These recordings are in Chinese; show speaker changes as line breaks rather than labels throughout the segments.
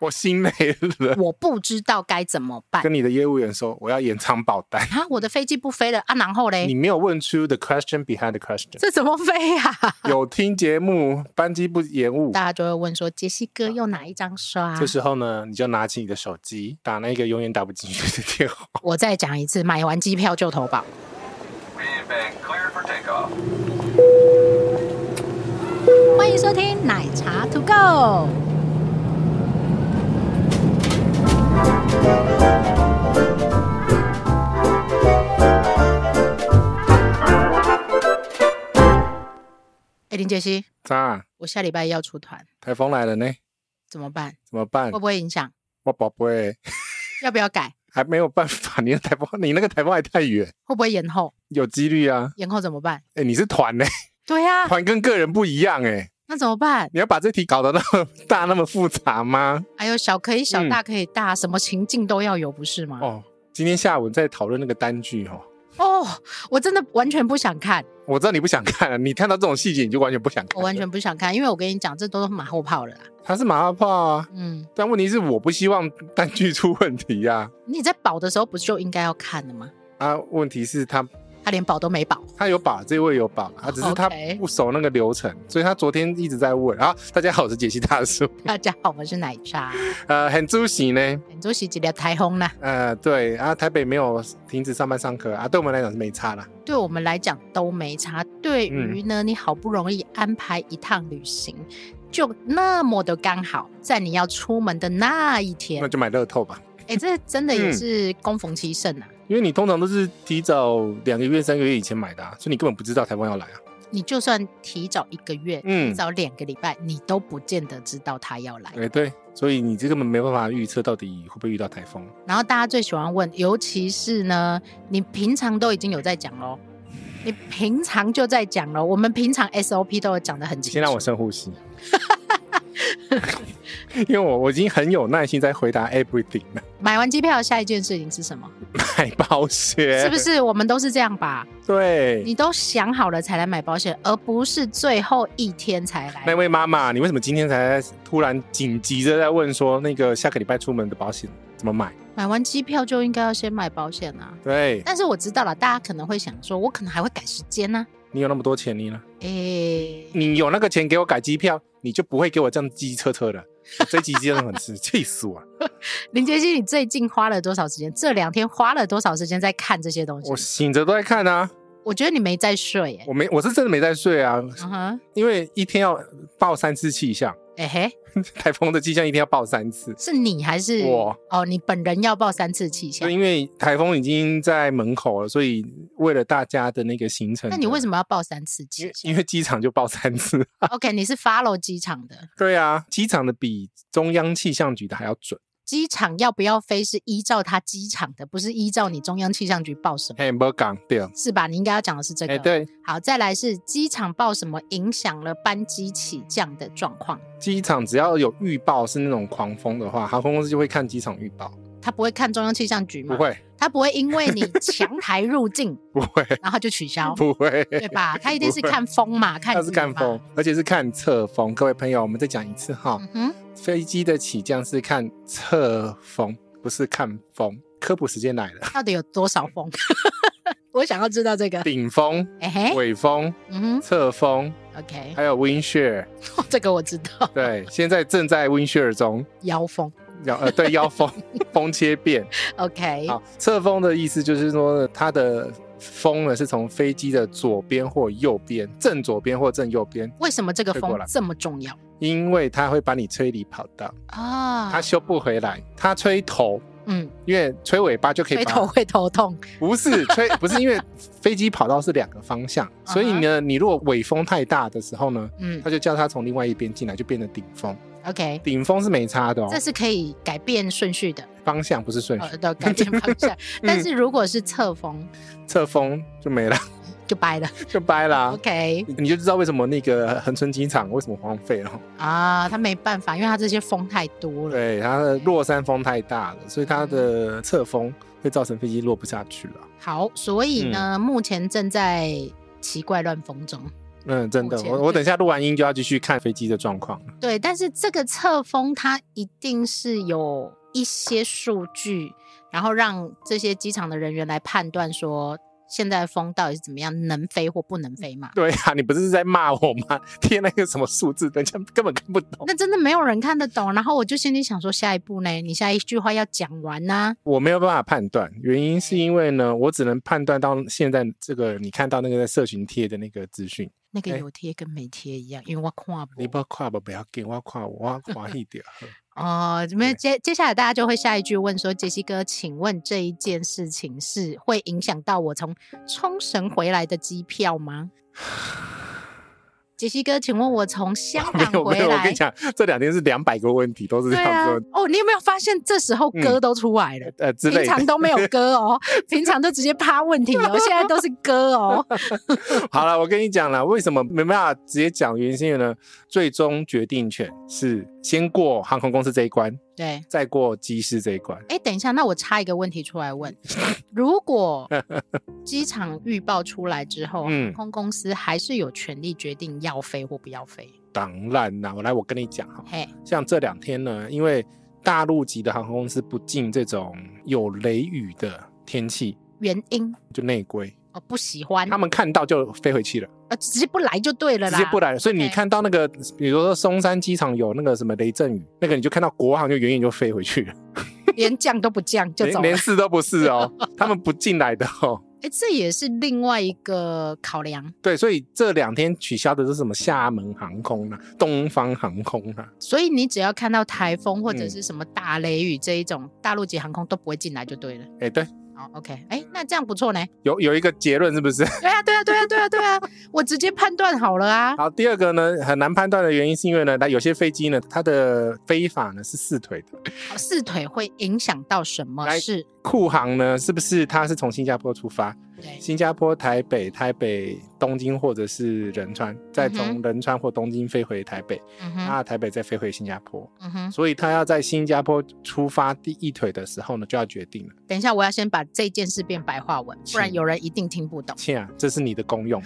我心累了，
我不知道该怎么办
跟你的业务员说我要延长保单。
啊！我的飞机不飞了啊，然后
你
嘞，
没有问出 the question behind the question。
这怎么飞呀、
有听节目，班机不延误。
大家就会问说，杰西哥用哪一张刷？
这时候呢，你就拿起你的手机，打那个永远打不进去的电话。
我再讲一次，买完机票就投保。
We've been cleared for takeoff.
欢迎收听奶茶 To Go。哎，林杰西，
咋？
我下礼拜要出团，
啊台风来了呢，
怎么办？
怎么办
会？不会影响？
我宝贝，
要不要改？
还没有办法。你的台风，你那个台风还太远，
会不会延后？
有几率啊。
延后怎么办？
哎，你是团呢、
对啊呀、
团跟个人不一样哎、
那怎么办？
你要把这题搞得那么大、那么复杂吗？
还有小可以小，
嗯
大可以大，什么情境都要有，不是吗？
哦，今天下午在讨论那个单据哦。
哦，我真的完全不想看，
我知道你不想看了，你看到这种细节你就完全不想看。
我完，全不想看，因为我跟你讲，这都是马后炮了啦。
他是马后炮啊，
嗯，
但问题是我不希望单据出问题呀、
你在保的时候不就应该要看的吗？
啊。问题是他
他连保都没保，
他有把这位有把，他只是他
OK
不熟那个流程所以他昨天一直在问。啊，大家好，我是杰西大叔。
大家好，我是奶茶。
呃，很主席呢，
本周是几条台风啦，
呃，对啊，台北没有停止上班上课啊，对我们来讲是没差啦。
对我们来讲都没差。对
嗯
于呢，你好不容易安排一趟旅行，就那么的刚好在你要出门的那一天
那，就买乐透吧，
哎，这真的也
嗯
是恭逢其盛啊！
因为你通常都是提早两个月、三个月以前买的、啊，所以你根本不知道台风要来啊。
你就算提早一个月，
嗯
提早两个礼拜，你都不见得知道他要来。
哎，对，所以你这根本没办法预测到底会不会遇到台风。啊
然后大家最喜欢问，尤其是呢，你平常都已经有在讲喽，你平常就在讲喽，我们平常 SOP 都有讲的很清楚。
先让我深呼吸， 因为我我已经很有耐心在回答 everything 了，
买完机票，下一件事情是什么？
买保险
是不？是我们都是这样吧？
对，
你都想好了才来买保险，而不是最后一天才
那
来。
位妈妈，你为什么今天才突然紧急着在问说那个下个礼拜出门的保险怎么买？
买完机票就应该要先买保险啊。
对
但是我知道了，大家可能会想说，我可能还会改时间呢、
你有那么多钱，你呢？
诶、
你有那个钱给我改机票，你就不会给我这样机车车的。 我这一集真的很气， 气死我了！
林杰西，你最近花了多少时间？这两天花了多少时间在看这些东西？
我
我
醒着都在看啊，
觉得你没在睡、耶。
我没，我是真的没在睡啊，
嗯哼，
因为一天要报三次气象，
哎、嘿，
台风的气象一天要报三次。
是你还是
我？
哦，你本人要报三次气象
就。因为台风已经在门口了，所以为了大家的那个行程，
那你为什
么？
么要报三次气象
因为机场就报三 次。
？OK，你是 follow 机场的，
对啊，机场的比中央气象局的还要准。
机场要不要飞是依照它机场的，不是依照你中央气象局报什么，
哎，没讲对，
是吧？你应该要讲的是这个。
哎对，
好，再来是机场报什么影响了班机起降的状况，
机场只要有预报是那种狂风的话，航空公司就会看机场预报，
他不会看中央气象局吗？
不，会，
他不会因为你强台入境，
不会，
然后就取消，
不会。
对吧？他一定是
不会
看风 嘛，看
它是
雨
哦看
嘛
风。，而且是看侧风。各位朋友，我们再讲一次哈，
嗯哼，
飞机的起降是看侧风，不是看风。科普时间来了，
到底有多少风？ 我想要知道这个。
顶风、
哎嘿，
尾风、
嗯
侧风，
哼，OK，
还有 wind shear，
这个我知道，
对，现在正在 wind shear 中，
妖风
腰 呃对腰风风切变。
，OK，
好，侧风的意思就是说它的风呢是从飞机的左边或右边，正左边或正右边，
为什么这个
吹过
风
来
这么重要
因为它会把你吹离跑道，
啊？
它修不回来，它吹头。
嗯，
因为吹尾巴就可以
吹
把
头会头痛，
不是吹，不是因为飞机跑道是两个方 向，所
啊
以呢，你如果尾风太大的时候呢，
嗯
它就叫它从另外一边进来，就变成顶风。
，OK，
顶风是没差的哦
这，是可以改变顺序的，
方向不是顺序。
呃，的改变 方向。但是如果是侧风，
侧风就没了，
就掰了
就掰啦。
，OK
你就知道为什么那个恒春机场为什么荒废了。
啊，他没办法，因为他这些风太多了。
对，它的落山风太大了，所以它的侧风会造成飞机落不下去了。
好，所以呢，目前正在奇怪乱风中，
嗯，真的
目，前
我我等一下录完音就要继续看飞机的状况 了。
对，但是这个侧风它一定是有一些数据，然后让这些机场的人员来判断说现在风到底是怎么样，能飞或不能飞嘛？
对呀、你不是在骂我吗？ 贴那个什么数字，人家根本看不懂。
那真的没有人看得懂。然后我就心里想说，下一步呢？你下一句话要讲完呐、
我没有办法判断，原因是因为呢，我只能判断到现在这个你看到那个在社群贴的那个资讯。
那个
哎
有贴跟没贴一样，因为我看
你
不
不要跨吧，不要给我跨，我要滑一点。
哦，怎么
对
接接下来大家就会下一句问说：“杰西哥，请问这一件事情是会影响到我从冲绳回来的机票吗？”杰西哥，请问我 从香
哦没
港
有
回
没有，我跟
来
你，讲，这两天是两百个问题，都是
对
这
啊
样子问，，
哦，你有没有发现这时候歌都出来了？
呃嗯之
平
类的。
常都没有歌哦，平常都直接趴问题哦，现在都是歌哦。
好了，我跟你讲了，为什么没办法直接讲原因是因为呢？最终决定权是先过航空公司这一关，
对，
再过机师这一关。
哎，等一下，那我插一个问题出 来问：如果机场预报出来之后，航
嗯
空公司还是有权利决定要飞或不要飞？
当然啦，我来我跟你讲哈，
嘿，
像这两天呢，因为大陆级的航空公司不进这种有雷雨的天气，
原因
就内规，
我不喜欢，
他们看到就飞回去了，
呃直接不来就对了
直
啦，
接不来了。所以你
OK
看到那个，比如说松山机场有那个什么雷阵雨，那个你就看到国航就远远就飞回去了，
连降都不降就
连
走了
连。试都不是 哦，他们不进来的哦。
哎，这也是另外一个考量，
对，所以这两天取消的是什么厦门航空啊、东方航空啊，
所以你只要看到台风或者
嗯
是什么大雷雨这一种，大陆级航空都不会进来就对了。
哎，对，
好，OK，哎，那这样不错呢。
有有一个结论是不 是？
对啊，对啊，对啊，对啊，对啊，我直接判断好了啊。
好，第二个呢，很难判断的原因是因为呢，它有些飞机呢，它的飞法呢是四腿的。
呃四腿会影响到什么
来
事？
库航呢，是不是它是从新加坡出发？
对，
新加坡、台北、台北、东京或者是仁川，再
嗯
从仁川或东京飞回台北，啊
嗯哼，
那台北再飞回新加坡。
嗯哼。
所以它要在新加坡出发第一腿的时候呢，就要决定了。
等一下，我要先把这件事变白话文，不然
是
有人一定听不懂。
倩啊，这是你的功用。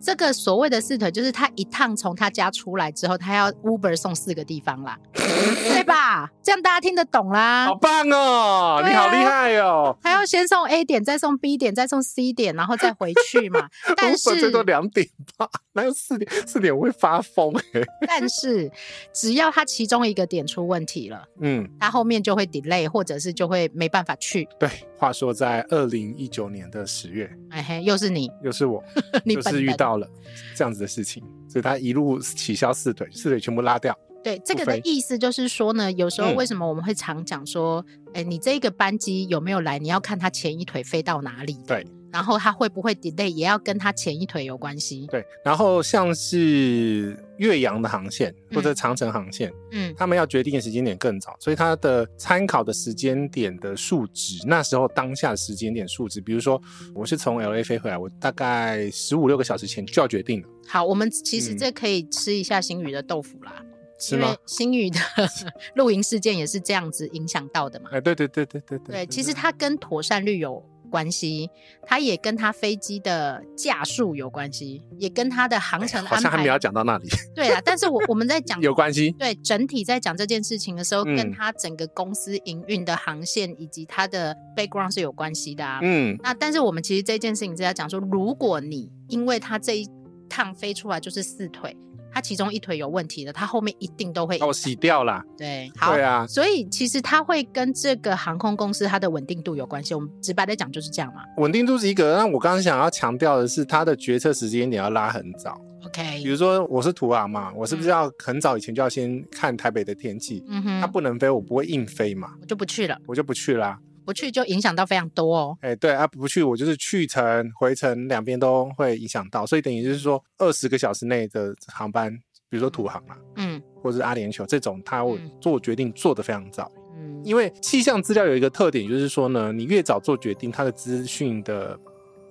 这个所谓的四腿，就是他一趟从他家出来之后，他要 Uber 送四个地方 啦，对吧？这样大家听得懂啦
好。棒哦！
对啊
你好厉害哦！
他要先送 A 点，再送 B 点，再送 C 点，然后再回去 嘛。但
我本最多
是，
两点吧， 哪有四点？四点我会发疯、欸。
但是，只要他其中一个点出问题了，
嗯，
他后面就会 delay，或者是就会没办法去。
对。话说在二零一九年的十月，
哎嘿，又是你，
又是我，
你
就
本
是遇
人
到了这样子的事情，所以他一路取消四腿，四腿全部拉掉。
对这
不
个的
飞
意思就是说呢，有时候
嗯
为什么我们会常讲说，哎、你这个班机有没有来？你要看他前一腿飞到哪里，
对，
然后他会不会 delay，也要跟他前一腿有关系。
对，然后像是岳阳的航线
嗯
或者长城航线，
嗯，
他们要决定的时间点更早，所以它的参考的时间点的数值，那时候当下的时间点数值，比如说我是从 L A 飞回来，我大概十五六个小时前就要决定了，
好，我们其实
嗯
这可以吃一下星宇的豆腐啦，
是
因
吗
为？星宇的 露营事件也是这样子影响到的嘛。
哎，对对对对对
对，其实它跟妥善率有关系，它也跟它飞机的架数有关系，也跟它的航程
哎好
安
像还没
排。
有讲到那里，
对啊，但是我我们在 讲
有关系。
对整体在讲这件事情的时候，跟
嗯
他整个公司营运的航线以及他的 background 是有关系的啊。
嗯，
那但是我们其实这件事情是在讲说，如果你因为他这一趟飞出来就是四腿，他其中一腿有问题的，他后面一定都会
那我洗掉啦。
对好。
哦对啊，
所以其实它会跟这个航空公司它的稳定度有关系。我们直白的讲就是这样嘛。
稳定度是一个。那我刚刚想要强调的是，它的决策时间点要拉很早。
嗯
比
OK，
如说我是土航嘛，我是不是要很早以前就要先看台北的天气？
嗯
它
哼，
不能飞，我不会硬飞嘛，
我就不去了，
我就不去啦。
不去就影响到非常多哦。
哎，对啊，不去我就是去程、回程两边都会影响到，所以等于就是说二十个小时内的航班，比如说土航啦，啊
嗯
或者是阿联酋这种，它会
嗯
做决定做得非常早。
嗯，
因为气象资料有一个特点，就是说呢，你越早做决定，它的资讯的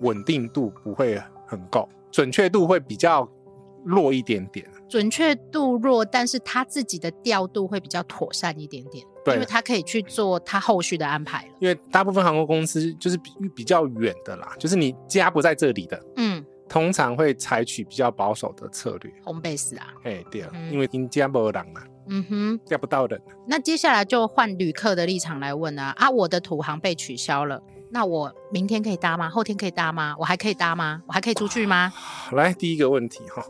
稳定度不会很高，准确度会比较弱一点点。
准确度弱，但是他自己的调度会比较妥善一点点，
对
因为他可以去做他后续的安排了。
因为大部分航空公司就是比比较远的啦，就是你家不在这里的，
嗯，
通常会采取比较保守的策略。
红贝斯啊，
哎，对啊，
嗯
因为因加没有人嘛，
嗯哼。
加不到人啊。
那接下来就换旅客的立场来问啊啊，我的土航被取消了，那我明天可以搭吗？后天可以搭吗？我还可以搭吗？我还可以出去吗？
好，啊来第一个问题哈，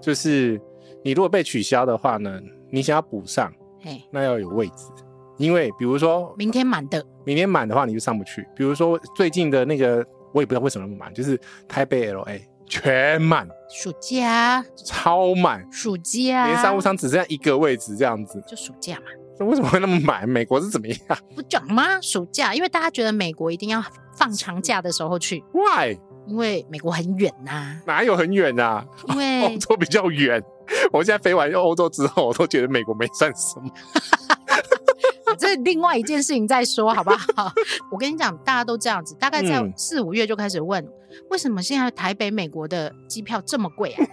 就是你如果被取消的话呢，你想要补上，
哎，
那要有位置，因为比如说
明天满的，
明天满的话你就上不去。比如说最近的那个，我也不知道为什么那么满，就是台北 L A 全满，
暑假
超满，
暑假，
连商务舱只剩下一个位置这样子。
就暑假嘛，
那为什么会那么满？美国是怎么样
不讲吗？暑假，因为大家觉得美国一定要放长假的时候去，
？Why？
因为美国很远呐、
哪有很远啊？
因
欧
为
洲比较远。我现在飞完欧洲之后，我都觉得美国没算什么。
这另外一件事情再说，好不好？ 我跟你讲，大家都这样子，大概在
嗯
四五月就开始问，为什么现在台北美国的机票这么贵啊？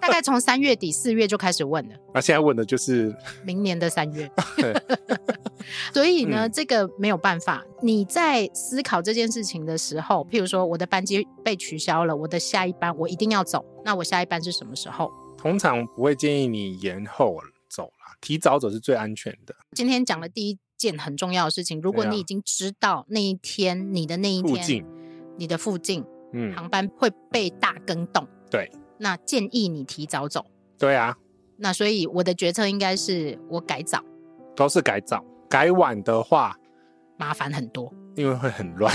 大概从三月底四月就开始问了，
那、现在问的就是
明年的三 月。所以呢，
嗯
这个没有办法。你在思考这件事情的时候，譬如说我的班机被取消了，我的下一班我一定要走，那我下一班是什么时候？
通常不会建议你延后走啦，提早走是最安全的。
今天讲的第一件很重要的事情，如果
对啊
你已经知道那一天你的那一
附
天
近，
你的附近
嗯，
航班会被大更动，
对，
那建议你提早走。
对啊，
那所以我的决策应该是我改早，
都是改早，改晚的话，
麻烦很多
因为会很乱，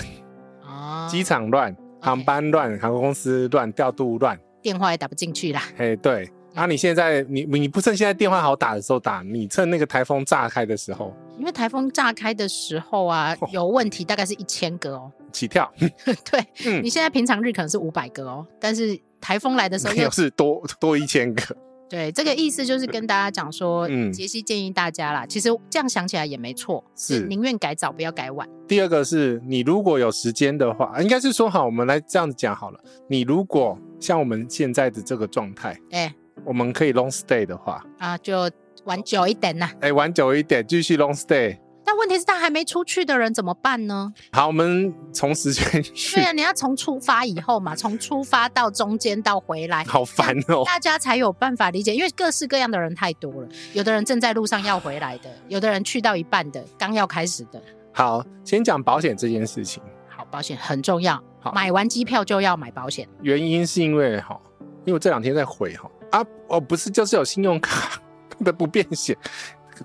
啊
机场乱，航班乱，航空公司乱，调度乱。
电话也打不进去啦。
嘿，
嗯
对。啊，你现在你你不趁现在电话好打的时候打，你趁那个台风炸开的时候
因为台风炸开的时候啊，
哦
有问题大概是一千个哦。
起跳，
对、
嗯
你现在平常日可能是五百个哦，但是台风来的 时候
没
又
有是多多一千个。
对这个意思就是跟大家讲说，
嗯
杰西建议大家啦，其实这样想起来也没错，
是
宁愿改早不要改晚。
第二个是你如果有时间的话，应该是说好，我们来这样子讲好了。你如果像我们现在的这个状态，
哎
我们可以 long stay 的话，
啊，就玩久一点呐。
哎、玩久一点，继续 long stay。
但问题是，他还没出去的人怎么办呢？
好，我们从时间序
对，啊，你要从出发以后嘛，从出发到中间到回 来，
好烦哦、
大家才有办法理解，因为各式各样的人太多了，有的人正在路上要回来的，有的人去到一半的，刚要开始的。
好，先讲保险这件事情。
好，保险很重要
好，
买完机票就要买保险。
原因是因为哈，因为我这两天在回哈啊，哦不是，就是有信用卡的不便险。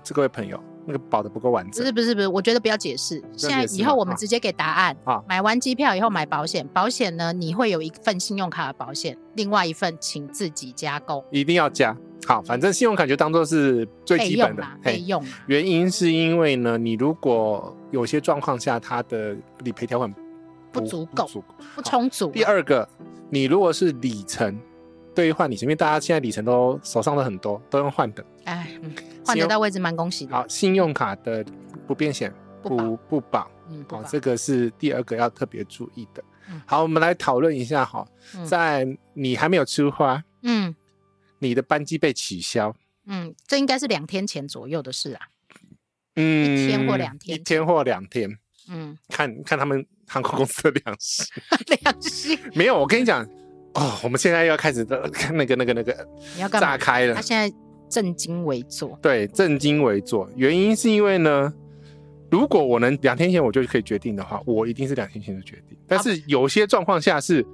这各位朋友，那个保的不够完
不
整
是。不是不是，我觉得不要解释。
解释
现在以后
吗
我们
啊
直接给答案。
好
买完机票以后买保险，保险呢你会有一份信用卡的保险，另外一份请自己加购
一定要加。好，反正信用卡就当做是最
备
基
用
本的
啦，。备
嘿，
用啦。
原因是因为呢，你如果有些状况下，它的理赔条款
不足够
足
不充足。
第，二个，你如果是里程兑换里程，因为大家现在里程都手上的很多，都用换的。
哎， 嗯换得到位置蛮恭喜的。
好，信用卡的不变险
不保
不不保，
嗯，不
好，
吧
这个是第二个要特别注意的
嗯。
好，我们来讨论一下哈
嗯，
在你还没有出发，
嗯
你的班机被取消，
嗯，这应该是两天前左右的事啊。
嗯，
一天或两天
一天或两天，
嗯，
看看他们航空公司的良心。
良心，
没有，我跟你讲，哦，我们现在要开始的那个那个那个
你要干嘛
炸？
啊
开了
他，现在正襟危坐。
对，正襟危坐。原因是因为呢，如果我能两天前我就可以决定的话，我一定是两天前就决
啊
定。但是有些状况下是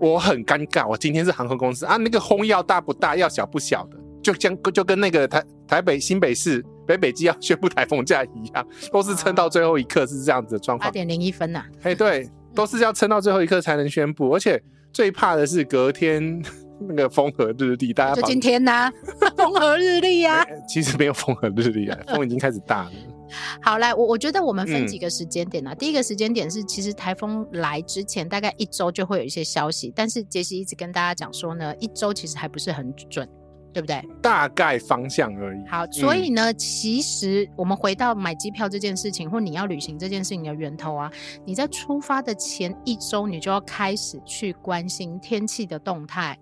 我很尴尬，我今天是航空公司啊，那个轰要大不大，要小不小的，就像就跟那个台台北新北市北北基要宣布台风假一样，都是撑
啊
到最后一刻是这样子的状
八
况。
点零一分呐、
哎、
嗯
对，都是要撑到最后一刻才能宣布，而且最怕的是隔天 那个风和日丽，大家
就
把
今天呐、 风和日丽呀、
哎其实没有风和日丽啊，风已经开始大了。
好，来，我我觉得我们分
嗯
几个时间点啊。第一个时间点是，其实台风来之前大概一周就会有一些消息，但是杰西一直跟大家讲说呢，一周其实还不是很准，对不对？
大概方向而已。
好，所以呢，其实我们回到买机票这件事情，或你要旅行这件事情的源头啊，你在出发的前一周，你就要开始去关
嗯
心天气的动态，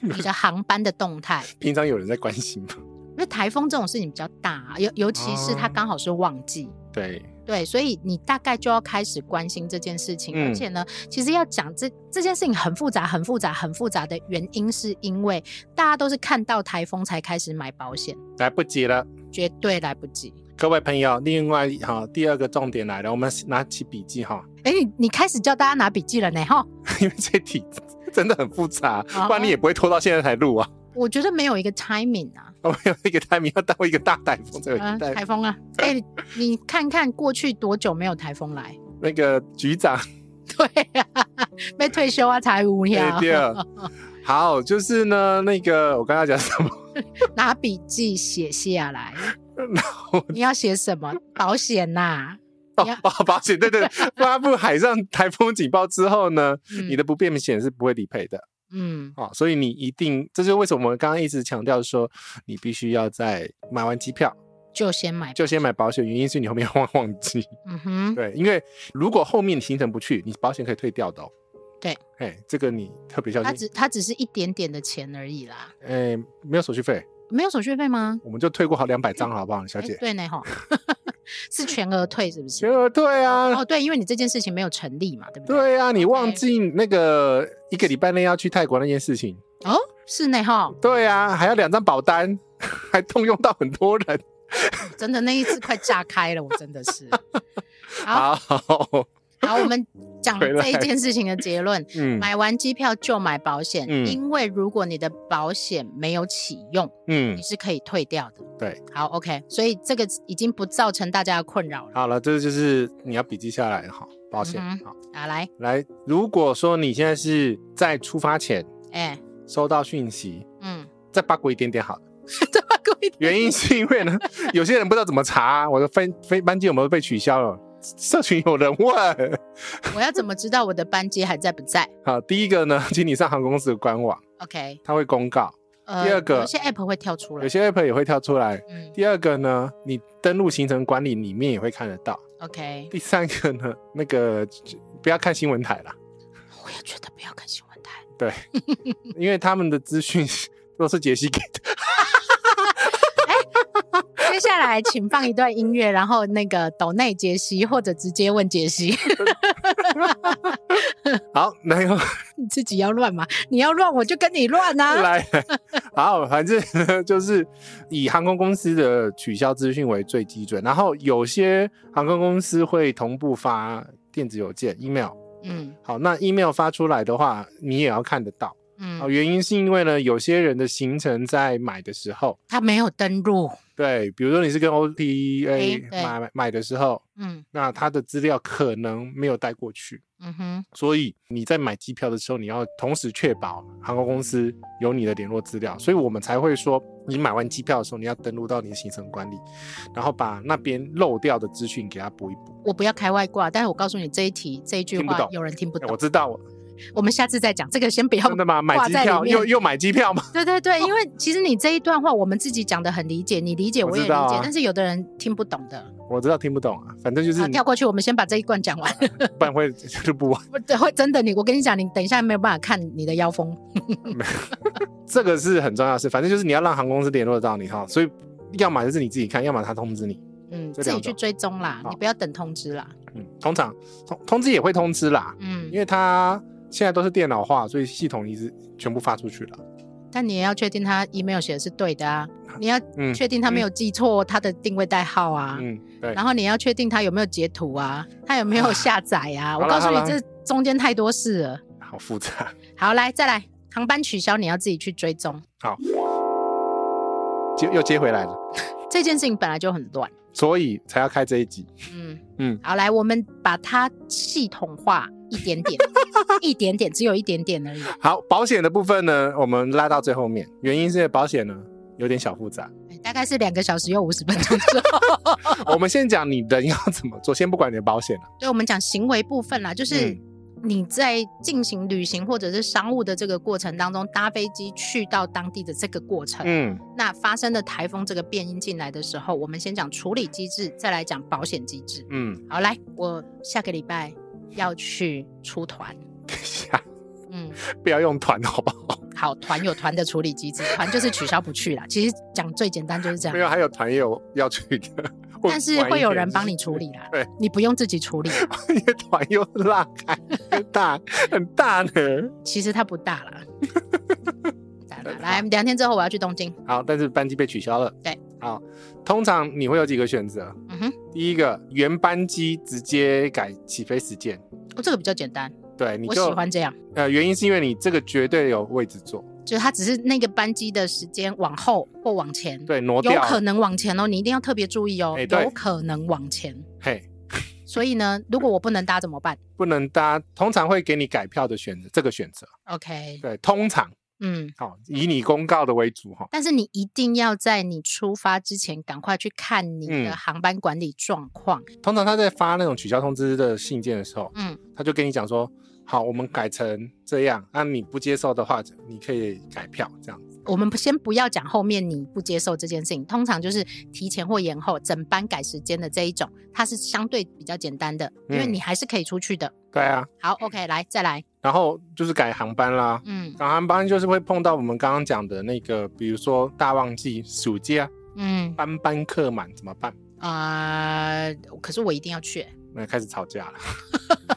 你的航班的动态。
平常有人在关心吗？
因为台风这种事情比较大啊，尤尤其是它
哦
刚好是旺季。
对，
对，所以你大概就要开始关心这件事情，
嗯
而且呢，其实要讲这这件事情很复杂、很复杂、很复杂的原因，是因为大家都是看到台风才开始买保险，
来不及了。
绝对来不及。
各位朋友，另外哈、第二个重点来了，我们拿起笔记哈、
哎，你你开始叫大家拿笔记了呢，哈，
因为这题真的很复杂，
哦
不然你也不会拖到现在才录啊。
我觉得没有一个 timing 啊，
我们有一个台名要到一个大台风，这
啊
个台、
台风啊，哎，你看看过去多久没有台风来？
那个局长
对啊，被退休啊才无聊，
哎对 啊对好，就是呢，那个我刚刚讲什么？
拿笔记写下来
然。
你要写什么？保险呐、
哦
你要，
保保险，对 对，对发布海上台风警报之后呢，
嗯
你的不便险是不会理赔的
嗯。
哦，所以你一定，这就是为什么我们刚刚一直强调说，你必须要在买完机票
就先买。
就先买保险，原因是你后面忘忘记，
嗯哼，
对，因为如果后面你行程不去，你保险可以退掉的、哦。
对，
哎，这个啊你特别小
它
心，
只它只是一点点的钱而已啦，
哎，没有手续费，
没有手续费吗？
我们就退过好两百张，好不好，小
诶
姐？
对呢哈， 是全额退是不是
全？额退啊，
哦，对，因为你这件事情没有成立嘛，对不对？
对呀、你忘
OK
记那个一个礼拜内要去泰国那件事情。
哦，是呢哈，
对呀、还要两张保单， 还动用到很多人。
真的那一次快炸开了，我真的是。好
好，
好，我们讲
回
这
来
一件事情的结论：
嗯
买完机票就买保险，
嗯
因为如果你的保险没有启用，
嗯
你，是可以退掉的。
对，
好，OK，所以这个已经不造成大家的困扰了。
好了，这就是你要笔记下来哈，保险。
嗯哼
好，
啊，来，
来，如果说你现在是在出发前
哎、
收到讯息，
嗯，
再八卦一点点好了。
这么贵的
啊原因是因为 呢，有些人不知道怎么查，我的飞飞班机有没有被取消了。社群有人问，
我要怎么知道我的班机还在不在
好，第一个呢，请你上航空公司的官网，
？OK，
它会公告，
呃，
第二个
有些 App 会跳出来
有，些 app 也会跳出来。
嗯
第二个呢，你登录行程管理里面也会看得到。
，OK，
第三个呢， 那个不要看新闻台啦，
我也觉得不要看新闻台，
因为他们的资讯都是解析给的。
接下来请放一段音乐，然后那个抖内解析或者直接问解析，
好，然后
你自己要乱嘛，你要乱我就跟你乱啊，
来，好，反正呢就是以航空公司的取消资讯为最基准，然后有些航空公司会同步发电子邮件、email。
嗯
好，那 email 发出来的话，你也要看得到。哦，
嗯，
原因是因为呢，有些人的行程在买的时候。
他没有登录，
对，比如说你是跟 OTA
哎对
买买的时候，
嗯
那他的资料可能没有带过去，
嗯哼，
所以你在买机票的时候，你要同时确保航空公司有你的联络资料，所以我们才会说，你买完机票的时候，你要登录到你的行程管理，然后把那边漏掉的资讯给它补一补。
我不要开外挂，但是我告诉你这一题这一句
听不
话
懂
有人听不
哎
懂，
我知道，
我们下次再讲，这个先不要
真的吗？买
挂
机
在里
票
面
又又买机票吗？
对对对，因为其实你这一段话我们自己讲的很理解，你理解
我
我也
知
理
道
解
啊，
但是有的人听不懂的。
我知道听不懂啊，反正就是
好，
你
跳过去，我们先把这一段讲 完。
不然会就不完。
不对，会真的你，我跟你讲，你等一下没有办法看你的腰封。
这个是很重要的事，反正就是你要让航空公司联络到你哈，所以要么就是你自己看，要么他通知你。
嗯，
这
自己
两
去
种
追踪啦，
好
你不要等通知啦。
嗯，通常通通知也会通知啦，
嗯
因，为它现在都是电脑化，所以系统一直全部发出去了。
但你也要确定他 email 写的是对的啊，你要
嗯
确定他没有记错他的定位代号啊，
嗯，对
然。后你要确定他有没有截图啊，他有没有下载啊。
好
我
啦
告诉你
好，啦
这中间太多事了。
好复杂。
好，来再来，航班取消你要自己去追踪，
接又接回来了，
这件事情本来就很乱。
所以才要开这一集。
嗯
嗯
嗯，好，来，我们把它系统化一 点点，一点点，只有一点点而已。
好，保险的部分呢，我们拉到最后面，原因是因为保险呢有点小复 杂。
哎大概是两个小时又五十分钟之后，
我们先讲你人要怎么做，先不管你的保险了。
对，我们讲行为部分啦，就是
嗯
你在进行旅行或者是商务的这个过程当中，搭飞机去到当地的这个过程，
嗯，
那发生了台风这个变音进来的时候，我们先讲处理机制，再来讲保险机制。
嗯，
好，来，我下个礼拜要去出团，
等一下，
嗯，
不要用团好不好？
好，团有团的处理机制，团就是取消不去啦。其实讲最简单就是这
没
样，
有，还有团友要去的，我
啊但是
晚一
会有
点
人帮
就是
你处理啦，
对，
你不用自 己处理。
你的团又拉开，很大很大呢。
其实它不大啦。 大啦来，两天之后我要去东京。
好，但是班机被取消了。
对，
好，通常你会有几个选择。
嗯哼，
第一个，原班机直接改起飞时间。
哦，这个比较简单，
对，你
我喜
就
欢这样，
呃，原因是因为你这个绝对有位置坐，
就是它只是那个班机的时间往后或往前，
对，挪
有
掉，
可能往前哦，你一定要特别注意哦，
哎对
有可能往前。
嘿，
所以呢，如果我不能搭怎么办
不能搭，通常会给你改票的选择，这个选择，
？OK，
对，通常
嗯，
好、以你公告的为主哈、
但是你一定要在你出发之前赶快去看你
嗯
的航班管理状况。
通常他在发那种取消通知的信件的时候，
嗯，
他就跟你讲说，好，我们改成这样，那、你不接受的话，你可以改票这样子。
我们不先不要讲后面你不接受这件事情，通常就是提前或延后整班改时间的这一种，它是相对比较简单的，因为
嗯
你还是可以出去的。
对啊，
好，OK，来再来，
然后就是改航班啦。
嗯
改航班就是会碰到我们刚刚讲的那个，比如说大旺季、暑假
嗯
班班客满怎么办？
啊、呃可是我一定要去欸、
那开始吵架了，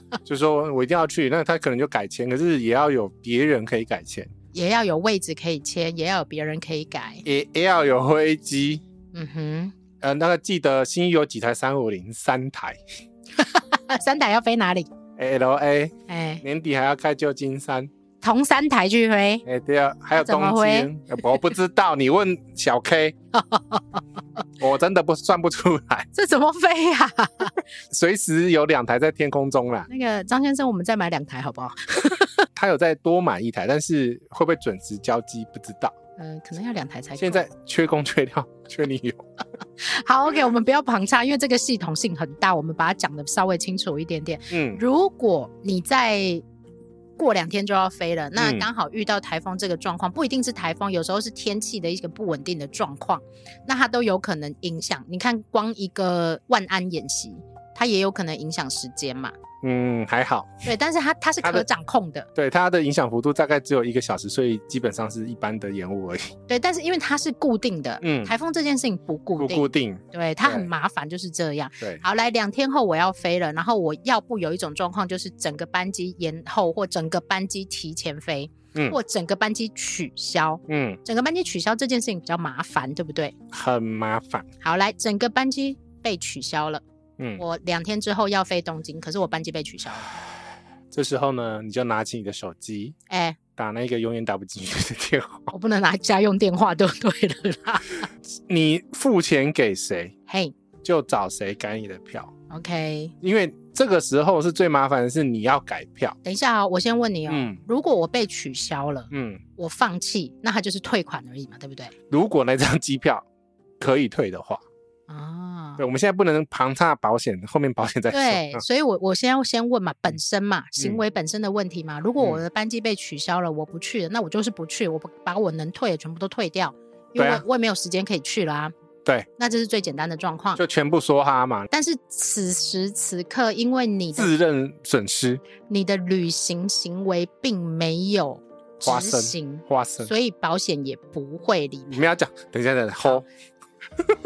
就说我一定要去，那他可能就改签，可是也要有别人可以改签，
也要有位置可以签，也要有别人可以改。
也也要有飞机。
嗯哼，
呃，那个记得新一有几台三五零三台
三台要飞哪里？
L A，
哎、
年底还要开旧金山。
同三台去飞。
哎、对啊，还有
怎
东
么
京，呃我不知道，你问小 K，我真的不算不出来，
这怎么飞呀、
随时有两台在天空中啦。
那个张先生，我们再买两台好不好？
他有再多买一台，但是会不会准时交机不知道。
嗯、可能要两台才够。
现在缺工缺料， 缺你有。
好，OK，我们不要旁岔，因为这个系统性很大，我们把它讲的稍微清楚一点点。
嗯，
如果你在过两天就要飞了，那
嗯
刚好遇到台风这个状况，不一定是台风，有时候是天气的一个不稳定的状况，那它都有可能影响。你看，光一个万安演习，它也有可能影响时间嘛？
嗯，还好。
对，但是它它是
它的
可掌控的，
对，它的影响幅度大概只有一个小时，所以基本上是一般的延误而已，
对，但是因为它是固定的，
嗯
台风这件事情不固
不
定，
固定。
对，它很
对
麻烦，就是这样。
对，
好，来两天后我要飞了，然后我要不有一种状况就是整个班机延后，或整个班机提前飞，
嗯
或整个班机取消。
嗯，
整个班机取消这件事情比较麻烦，对不对？
很麻烦。
好，来，整个班机被取消了，
嗯，
我两天之后要飞东京，可是我班机被取消了。
这时候呢，你就拿起你的手机，
哎、
打那个永远打不进去的电话。
我不能拿家用电话，对不对了啦？
你付钱给谁，
嘿、
就找谁改你的票，
o k
因为这个时候是最麻烦的是你要改票。
等一下、哦，我先问你哦，
嗯
如果我被取消了，
嗯，
我放弃，那它就是退款而已嘛，对不对？
如果那张机票可以退的话，
啊，
对，我们现在不能旁差保险，后面保险再说。
对，
嗯
所以我我先要先问嘛，本身嘛，行
嗯
为本身的问题嘛。如果我的班机被取消了，我不去了，那我就是不去，我不把我能退的全部都退掉，因
对
为我、
啊
我也没有时间可以去啦、
对，
那这是最简单的状况。
就全部说哈嘛，
但是此时此刻，因为你的
自认损失，
你的旅行行为并没有执
花生
行，
花生。
所以保险也不会理
你 们要讲，等一下，等一下，hold，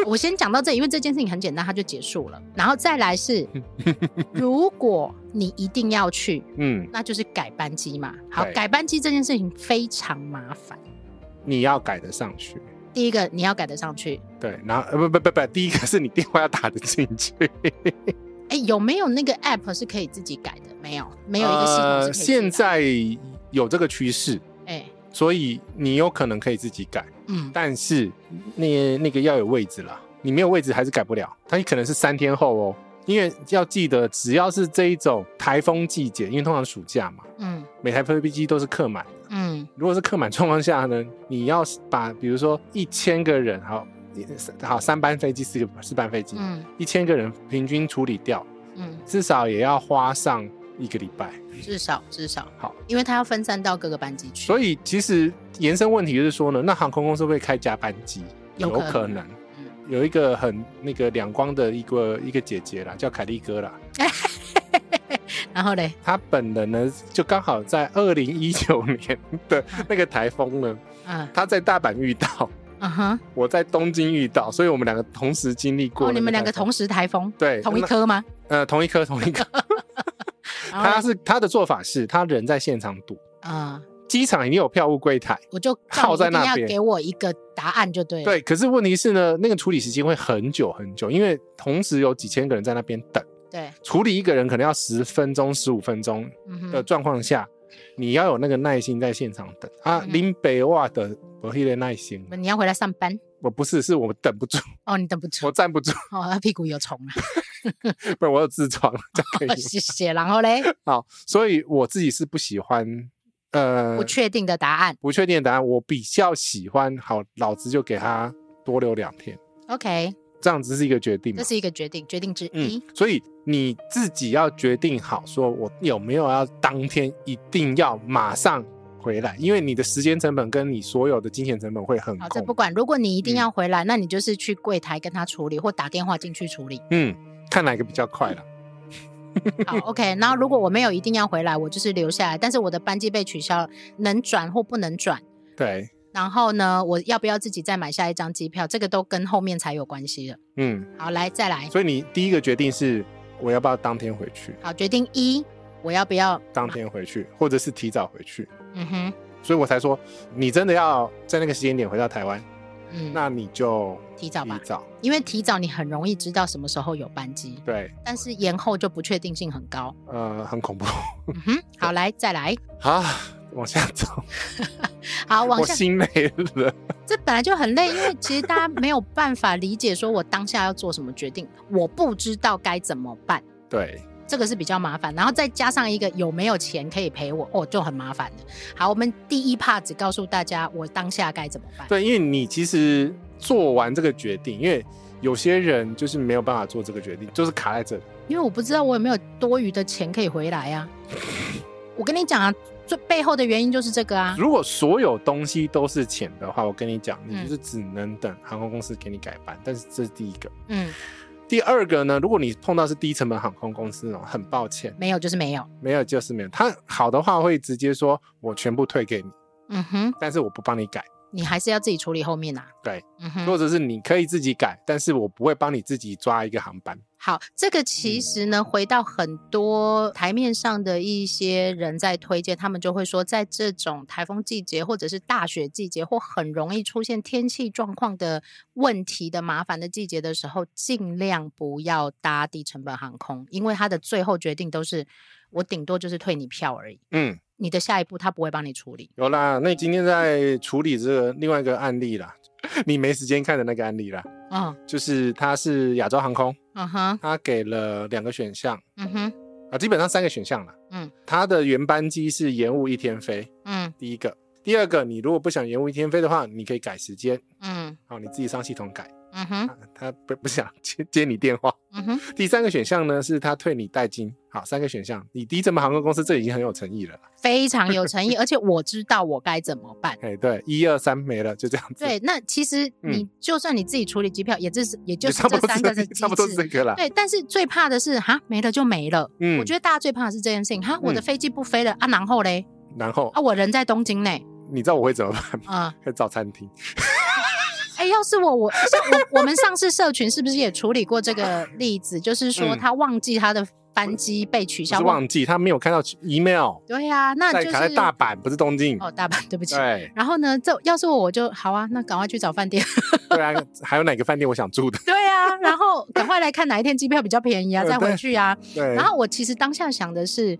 我先讲到这里，因为这件事情很简单，它就结束了。然后再 来是，如果你一定要去，
嗯，
那就是改班机嘛。好，
对
改班机这件事情非常麻烦。
你要改得上去，
第一个，你要改得上去。
对，然后呃不不不不，第一个是你电话要打得进去，
哎，有没有那个 app 是可以自己改的？没有， 没有一个系统是可以
呃，
自己改的。
现在有这个趋势，
哎，
所以你有可能可以自己改，
嗯，
但是那那个要有位置啦，你没有位置还是改不了，它可能是三天后哦，因为要记得，只要是这一种台风季节，因为通常暑假嘛，
嗯
每台飞机都是客满。
嗯
如果是客满状况下呢，你要把比如说一千个人，好，一好三班飞机，四个四班飞机，
嗯
一千个人平均处理掉，
嗯，
至少也要花上一个礼拜。
至少至少
好，
因为它要分散到各个班级去。
所
以，
以其实延伸问题就是说呢，那航空公司会不会开加班机？
有可能
可能
嗯，
有一个很那个两光的一个一个姐姐啦，叫凯莉哥啦，
然后嘞，
他本人呢，就刚好在二零一九年的那个台风呢，
嗯
他在大阪遇到，
嗯哼，
我在东京遇到，所以我们两个同时经历过
哦，
那个台风。
你们两个同时台风，
对
同一哦
那
颗吗？
呃同一颗同一颗。
然
他
后嘞，
是他的做法是，他人在现场赌，
嗯，
机场已经有票务柜台。
我就
靠
靠
在那
要
边
给我一个答案就对了。，
对，可是问题是呢，那个处理时间会很久很久，因为同时有几千个人在那边等，
对，
处理一个人可能要十分钟、十五分钟
嗯
的
哼，
状况下，你要有那个耐心在现场等啊。
嗯
林北哇的，我有点耐心，
你要回来上班
我不是，是我等不住，
哦，你等不住
我站不住，
哦，他屁股有虫啊，
不然我有痔疮，这 样可以吗
谢谢。呃然后 嘞，
好，所以我自己是不喜欢，呃
不，确定的答案
不确定的答案，我比较喜欢，好，老子就给他多留两天，
，OK，
这样子是一个决定嘛
这。是一个决定，决定之
嗯
一，，
所以你自己要决定好，说我有没有要当天一定要马上回来，因为你的时间成本跟你所有的金钱成本会很
好，这
恐
不
怖。
管，如果你一定
嗯
要回来，那你就是去柜台跟他处理，或打电话进去处理。
嗯，看哪个比较快
嗯
了。
好，OK。然后如果我没有一定要回来，我就是留下来，但是我的班机被取消了，能转或不能转。
对，
然后呢，我要不要自己再买下一张机票？这个都跟后面才有关系了。
嗯，
好，来再来。
所以你第一个决定是我要不要当天回去，
好，决定一，我要不要？
当天回去，或者是提早回去。
嗯哼，
所以我才说，你真的要在那个时间点回到台湾，
嗯，
那你就
提早
提
吧，
早。
因为提早你很容易知道什么时候有班机，
对，
但是延后就不确定性很高。
呃，很恐怖。
嗯哼，好，来再来。
好， 往下走，
好， 往
我
下。
心累了。
这本来就很累，因为其实大家没有办法理解，说我当下要做什么决定，我不知道该怎么办，
对，
这个是比较麻烦。然后再加上一个有没有钱可以陪我，哦，就很麻烦了。好，我们第一 part 只告诉大家我当下该怎么办。
对，因为你其实做完这个决定，因为有些人就是没有办法做这个决定，就是卡在这里。
因为我不知道我有没有多余的钱可以回来啊。我跟你讲啊，最背后的原因就是这个啊。
如果所有东西都是钱的话，我跟你讲，你
嗯
就是只能等航空公司给你改班。但是这是第一个。
嗯，
第二个呢，如果你碰到是低成本航空公司哦，很抱歉，
没有就是没有。
没有就是没有。他好的话会直接说我全部退给你，
嗯哼，
但是我不帮你改，
你还是要自己处理后面啊。
对，
嗯哼。
或者是你可以自己改，但是我不会帮你自己抓一个航班。
好，这个其实呢，回到很多台面上的一些人在推荐，他们就会说，在这种台风季节，或者是大雪季节，或很容易出现天气状况的问题的麻烦的季节的时候，尽量不要搭低成本航空，因为它的最后决定都是我顶多就是退你票而已，
嗯，
你的下一步他不会帮你处理。
有啦，那今天在处理这个另外一个案例啦， 你没时间看的那个案例啦，
嗯
就是它是亚洲航空，
嗯哼
它给了两个选项
嗯哼
啊，基本上三个选项啦。
嗯，
它的原班机是延误一天飞，
嗯
第一个，第二个，你如果不想延误一天飞的话，你可以改时间，
嗯
好，你自己上系统改。
嗯哼
啊他不不想接接你电话。
嗯哼，
第三个选项呢是他退你代金，好，三个选项，你低成本航空公司这已经很有诚意了啦。
非常有诚意，而且我知道我该怎么办。
哎，对，一二三没了，就这样子。
对，那其实你就算你自己处理机票，也就是也
嗯
就
也
是
差不
这
多
三
是
个的机
差不多是这
制。
个啦。
对，但是最怕的是哈没了就没了。
嗯，
我觉得大家最怕的是这件事情哈，我
嗯哦
的飞机不飞了啊，然后嘞
然后、
啊，我人在东京呢，
你知道我会怎么办吗？
啊，
会找餐 厅。
哎，要是我我像我我们上次社群是不是也处理过这个例子，就是说
嗯
他忘记他的班机被取
不
消，
是忘记他没有看到 email，
对呀，那
在
就是
卡在大阪，不是东京。
哦大阪，对不起。
对
然后呢，这要是我我就好啊，那赶快去找饭店。
对啊，还有哪个饭店我想住的？
对啊，然后赶快来看哪一天机票比较便宜啊，
呃
再回
对
去啊。
对，
然后我其实当下想的是，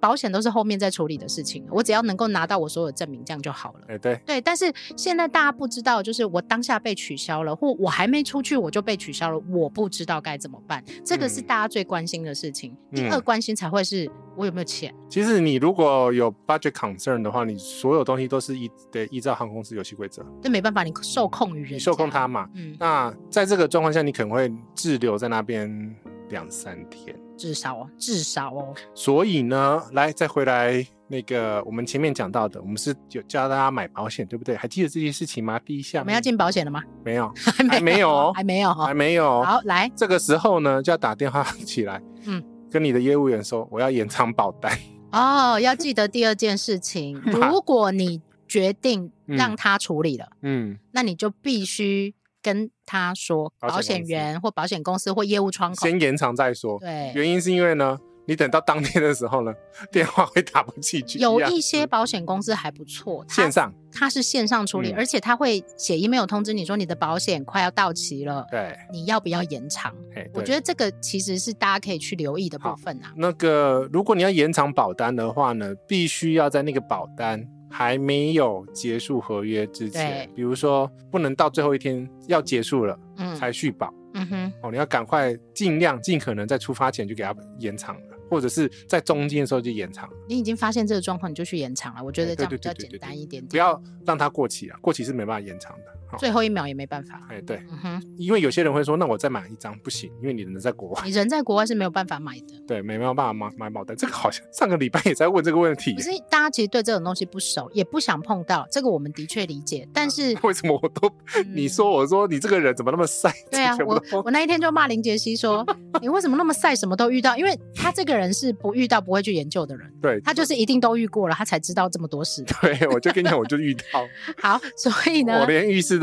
保险都是后面再处理的事情，我只要能够拿到我所有证明，这样就好了。
哎对，
对，但是现在大家不知道，就是我当下被取消了，或我还没出去我就被取消了，我不知道该怎么办。这个是
嗯
大家最关心的事情。第
嗯
二关心才会是我有没有钱。
其实你如果有 budget concern 的话，你所有东西都是依得依照航空公司游戏规则，
这没办法，你受控于人，
你受控它。嘛。
嗯，
那在这个状况下，你可能会滞留在那边两三天。
至少哦，至少哦，
所以呢，来再回来那个我们前面讲到的，我们是有教大家买保险，对不对？还记得这件事情吗？第一项
我们要进保险了吗？
没有？
还
还没有哦
还没有哦
还没有。
好，来，
这个时候呢，就要打电话 起来，
嗯
嗯，跟你的业务员说，我要延长保单。
哦，要记得第二件 事情，如果你决定让他处理了，
嗯，
那你就必须跟他说，
保险
保险
公司
员或保险公司或业务窗口，
先延长再说。
对，
原因是因为呢，你等到当天的时候呢，电话会打不进去。
有
样
一些
嗯
保险公司还不错，它
线上
它是线上处理，
嗯
而且它会写 email 通知你说你的保险快要到期了，
对，
你要不要延长？
哎，
我
对
觉得这个其实是大家可以去留意的部
好
分啊。
那个，如果你要延长保单的话呢，必须要在那个保单还没有结束合约之前
对，
比如说不能到最后一天要结束了
嗯
才续保、
嗯哼，
哦，你要赶快尽量尽可能在出发前就给它延长了，或者是在中间的时候就延长了，
你已经发现这个状况，你就去延长了，我觉得
哎
这
对
样比
对
较
对对
简
对
单
对
一点点。
不要让它过期啊，过期是没办法延长的。哦、
最后一秒也没办法。
哎，对，
嗯哼，
因为有些人会说，那我再买一张不行，因为你人在国外，
你人在国外是没有办法买的，
对，没没有办法买买保单。这个好像上个礼拜也在问这个问题
可，是大家其实对这种东西不熟，也不想碰到，这个我们的确理解。但是
为什么我都啊你
嗯
说我说你这个人怎么那么晒？
对啊
全，部
我
都
我那一天就骂林杰 西说，你为什么那么晒，什么都遇到？因为他这个人是不遇到不会去研究的人，
对
他就是一定都遇过了，他才知道这么 多事。
对，我就跟你讲，我就遇 到，
好，所以呢
我，连浴室都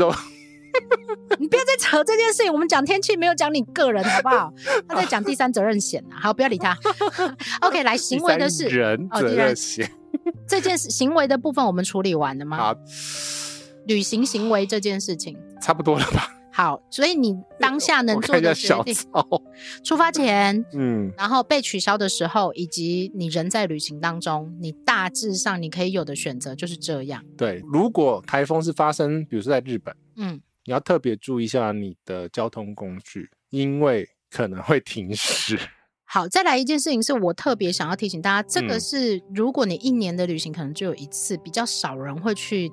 你不要再扯这件事情，我们讲天气没有讲你个人，好不好？他在讲第三责任险啊，好，不要理他。OK，来，行为 的
第三
是
人
哦
责
第三
任险。
这件事，行为的部分我们处理完了吗？
好，
旅行行为这件事情，
差不多了 吧？
好，所以你当下能
我
做
看一下
的决
小
定，
抄。
出发前
嗯，
然后被取消的时候，以及你人在旅行当中，你大致上你可以有的选择就是这样。
对，如果台风是发生，比如说在日本，
嗯，
你要特别注意一下你的交通工具，因为可能会停 驶。
好，再来一件事情是我特别想要提醒大家，这个
嗯
是如果你一年的旅行可能只有一次，比较少人会去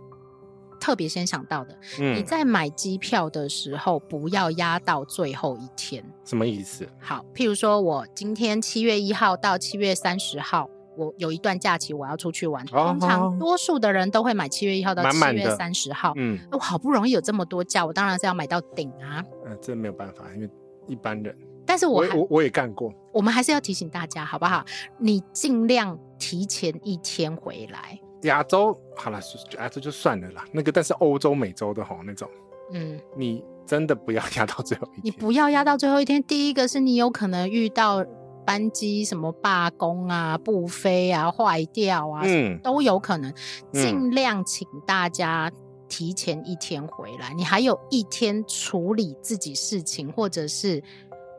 特别先想到的。你
嗯，
在买机票的时候，不要压到最后一天。
什么意思？
好，譬如说我今天七月一号到七月三十号。我有一段假期，我要出去玩。
哦
通常多数的人都会买七月一号到
满
七
满
月
的
三十号，
嗯
我好不容易有这么多假，我当然是要买到顶啊。
嗯、呃这没有办法，因为一般人，
但是
我
我还
也
我
我我也干过。
们还是要提醒大家，好不好？你尽量提前一天回来。
亚洲好了，亚洲就算了啦。那个，但是欧洲、美洲的吼那种，
嗯，
你真的不要压到最后一天。
你不
嗯
要压到最后一天。第一个是你有可能遇到班机什么罢工啊、不飞啊、坏掉啊，
嗯，
都有可能。
嗯
尽量请大家。提前一天回来，你还有一天处理自己事情，或者是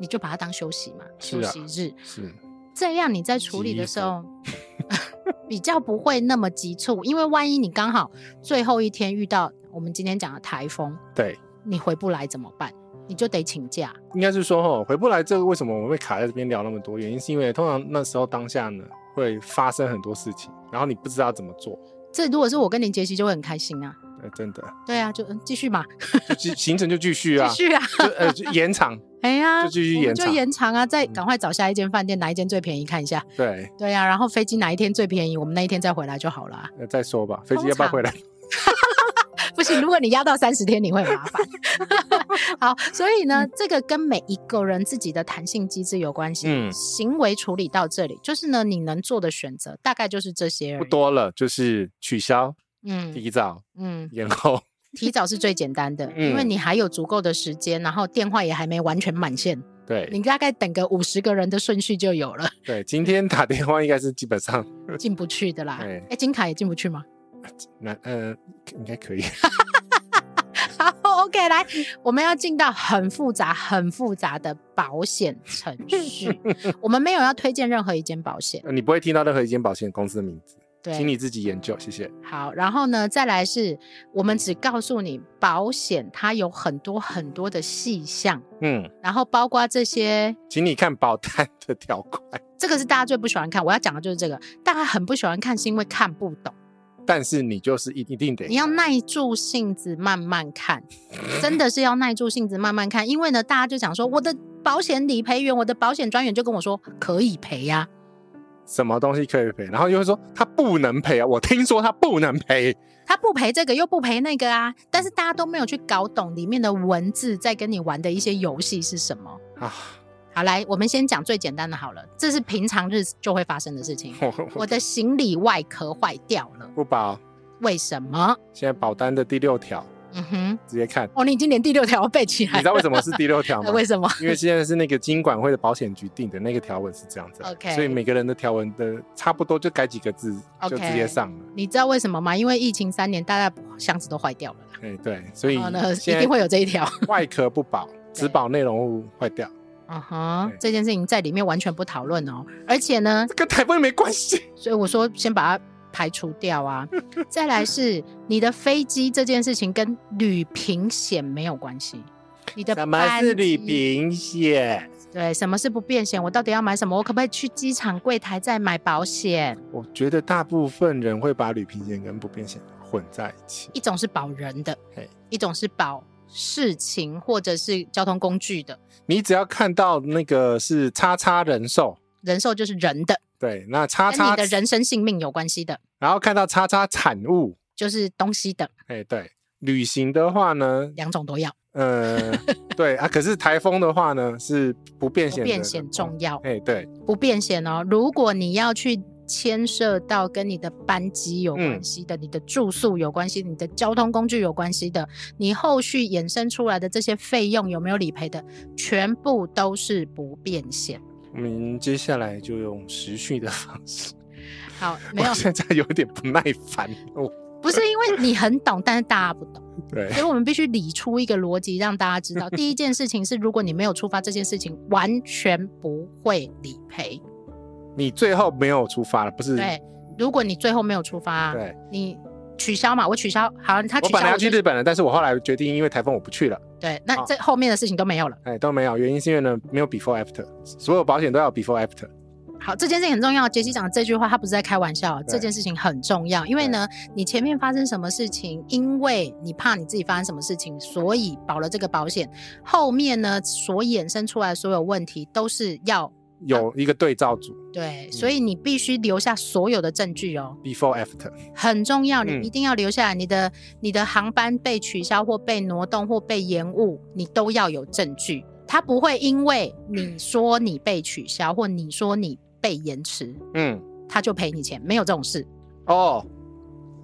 你就把它当休息嘛，
是
休
啊
息日。
是，
这样你在处理的时候 比较不会那么急促，因为万一你刚好最后一天遇到我们今天讲的台风，
对，
你回不来怎么办？你就得请假。
应该是说哦，回不来这个为什么我们会卡在这边聊那么多？原因是因为通常那时候当下呢会发生很多事情，然后你不知道怎么做。
这如果是我跟林杰西就会很开心啊，
呃，真的，
对啊，就嗯继续嘛，
就继 行程就继续
继
啊，
续啊，
就呃就延长，
哎呀，
就继续
我们
延
就
长嗯
延长啊，再赶快找下一间饭店，哪一间最便宜看一下，
对，
对啊，然后飞机哪一天最便宜，我们那一天再回来就好了啊、
呃再说吧，飞机要不要回来？
不行，如果你压到三十天，你会麻烦。 好，所以呢，这个跟每一个人自己的弹性机制有关系。
嗯
行为处理到这里，就是呢，你能做的选择大概就是这些而已
不。多了，就是取消、
嗯
提早、
嗯，
延后。
提早是最简单的，因为
嗯
你还有足够的时间，然后电话也还没完全满线，
对
你大概等个五十个人的顺序就有 了，
对，今天打电话应该是基本上，
进不去的啦。
对
哎，金卡也进不去吗？
那呃应该可以。
好，OK，来，我们要进到很复杂、很复杂的保险程 序。我们没有要推荐任何一间保险，
呃你不会听到任何一间保险公司的名字，请
对，
你自己研究，谢谢。
好。然后呢，再来是我们只告诉你保险它有很多很多的细项，
嗯，
然后包括这些。
请你看保单的条款。
这个是大家最不喜欢看，我要讲的就是这个。大家很不喜欢看，是因为看不懂。
但是你就是一一定得
你要耐住性子慢慢看，真的是要耐住性子慢慢看。因为呢，大家就讲说，我的保险理赔员、我的保险专员就跟我说可以赔呀、
什么东西可以赔，然后又会说他不能赔啊，我听说他不能赔，
他不赔这个又不赔那个啊，但是大家都没有去搞懂里面的文字在跟你玩的一些游戏是什么。
啊，
好，来，我们先讲最简单的好了，这是平常日就会发生的事情。
我
我的行李外壳坏掉了，
不保，
为什么？
现在保单的第六条
嗯哼，
直接 看，
哦，你已经连第六条背起
你
来
知道
了，
为什么是第六条吗？
为什么？
因为现在是那个金管会的保险局定的那个条文是这样子啊
OK
所以每个人的条文的差不多就改几个字
OK
就直接上了。
你知道为什么吗？因为疫情三年，大家箱子都坏掉了啦，
哎，对，所以
然后呢，哦一
现
定会
在
有这一条。
外壳不 保，只保内容物坏掉，
嗯哼
对，
这件事情在里面完全不讨论哦，而且呢，
这跟台风没关系。
所以我说先把它排除 掉啊。再来是你的飞机这件事情跟旅平险没有关系，你的
什么是
班机
旅？平险？
对，什么是不变险？我到底要买什么？我可不可以去机场柜台再买保险？
我觉得大部分人会把旅平险跟不变险混在一起。
一种是保人的
嘿，
一种是保事情或者是交通工具的。
你只要看到那个是叉叉人寿，
人寿就是人的，
对，那叉
跟
叉
你的，人身性命有关系的，
然后看到叉叉产物，
就是东西的，
哎，对，旅行的话呢，
两种都要，
呃，对啊，可是台风的话呢是不变
不
险的，
变险重要。
哎，对，
不变险哦。如果你要去牵涉到跟你的班机有
嗯
关系的、你的住宿有关系、你的交通工具有关系的，你后续衍生出来的这些费用有没有理赔的，全部都是不变险。
我们接下来就用时序的方式。
好， 没
我
有，
现在有点不耐烦哦。
不是因为你很懂，但是大家不懂，
对
所以我们必须理出一个逻辑让大家知道。第一件事情是，如果你没有触发这件事情，完全不会理赔。
你最后没有出发了，不是？
对，如果你最后没有触发，
对
你取消嘛，我取消，好，他
我
取消
本来要
就
去日本了，但是我后来决定因为台风我不去了。
对，那
好
这后面的事情都没有了。
哎，都没有，原因是因为呢没有 before after，所有保险都要有 before after。
好，这件事情很重要。杰西讲这句话，他不是在开玩笑，
嗯对
这件事情很重要，因为呢，你前面发生什么事情，因为你怕你自己发生什么事情，所以保了这个保险，后面呢所衍生出来的所有问题都是要
有一个对照组嗯
对，所以你必须留下所有的证据哦。
before after，
很重要，你
嗯
一定要留下来。你的你的航班被取消或被挪动或被延误，你都要有证据。他不会因为你说你被取消或你说你被延迟，
嗯，
他就赔你钱，没有这种事。
哦，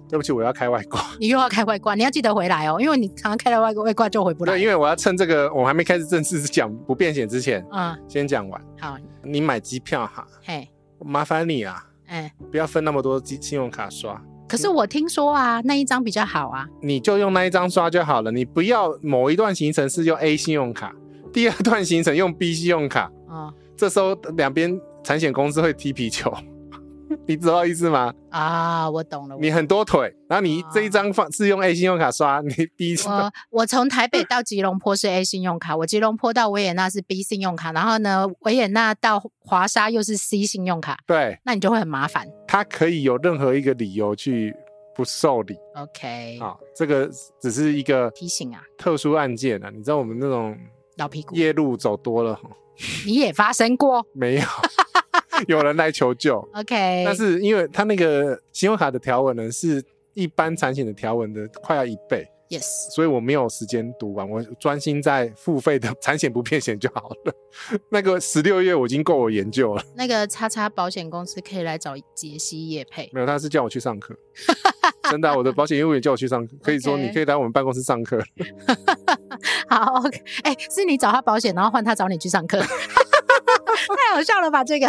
对不起，我要开外挂，
你又要开外挂，你要记得回来哦，因为你常常开了外挂，外挂就回不
对，
来。
因为我要趁这个我还没开始正式讲不变险之前，
嗯，
先讲完。
好，
你买机票哈，
嘿，
麻烦你啊，
哎，
不要分那么多机信用卡刷，
可是我听说啊，那一张比较好啊，
你就用那一张刷就好了。你不要某一段行程是用 A 信用卡，第二段行程用 B 信用卡，
嗯
这时候两边产险公司会踢皮球， 你知道意思吗？
啊，我懂了。我
你很多腿，然后你
啊
这一张放是用 A 信用卡刷，你 B 信
我我从台北到吉隆坡是 A 信用卡，我吉隆坡到维也纳是 B 信用卡，然后呢，维也纳到华沙又是 C 信用卡，
对，
那你就会很麻烦。
它可以有任何一个理由去不受理
OK，
啊。这个只是一个
提醒啊，
特殊案件啊，你知道我们那种
老屁股，
夜路走多了吼
你也发生 过。
没有？有人来求救，
OK，
但是因为它那个信用卡的条文呢，是一般产险的条文的快要一倍，
Yes，
所以我没有时间读完，我专心在付费的 产险不骗险就好了。那个十六月我已经够我研究了，
那个叉叉保险公司可以来找杰西叶配。
没有，他是叫我去上课。真的啊、我的保险业务员叫我去上课，可以说
OK
你可以来我们办公室上课。
好，OK，哎、是你找他保险，然后换他找你去上课， 太好笑了吧？这个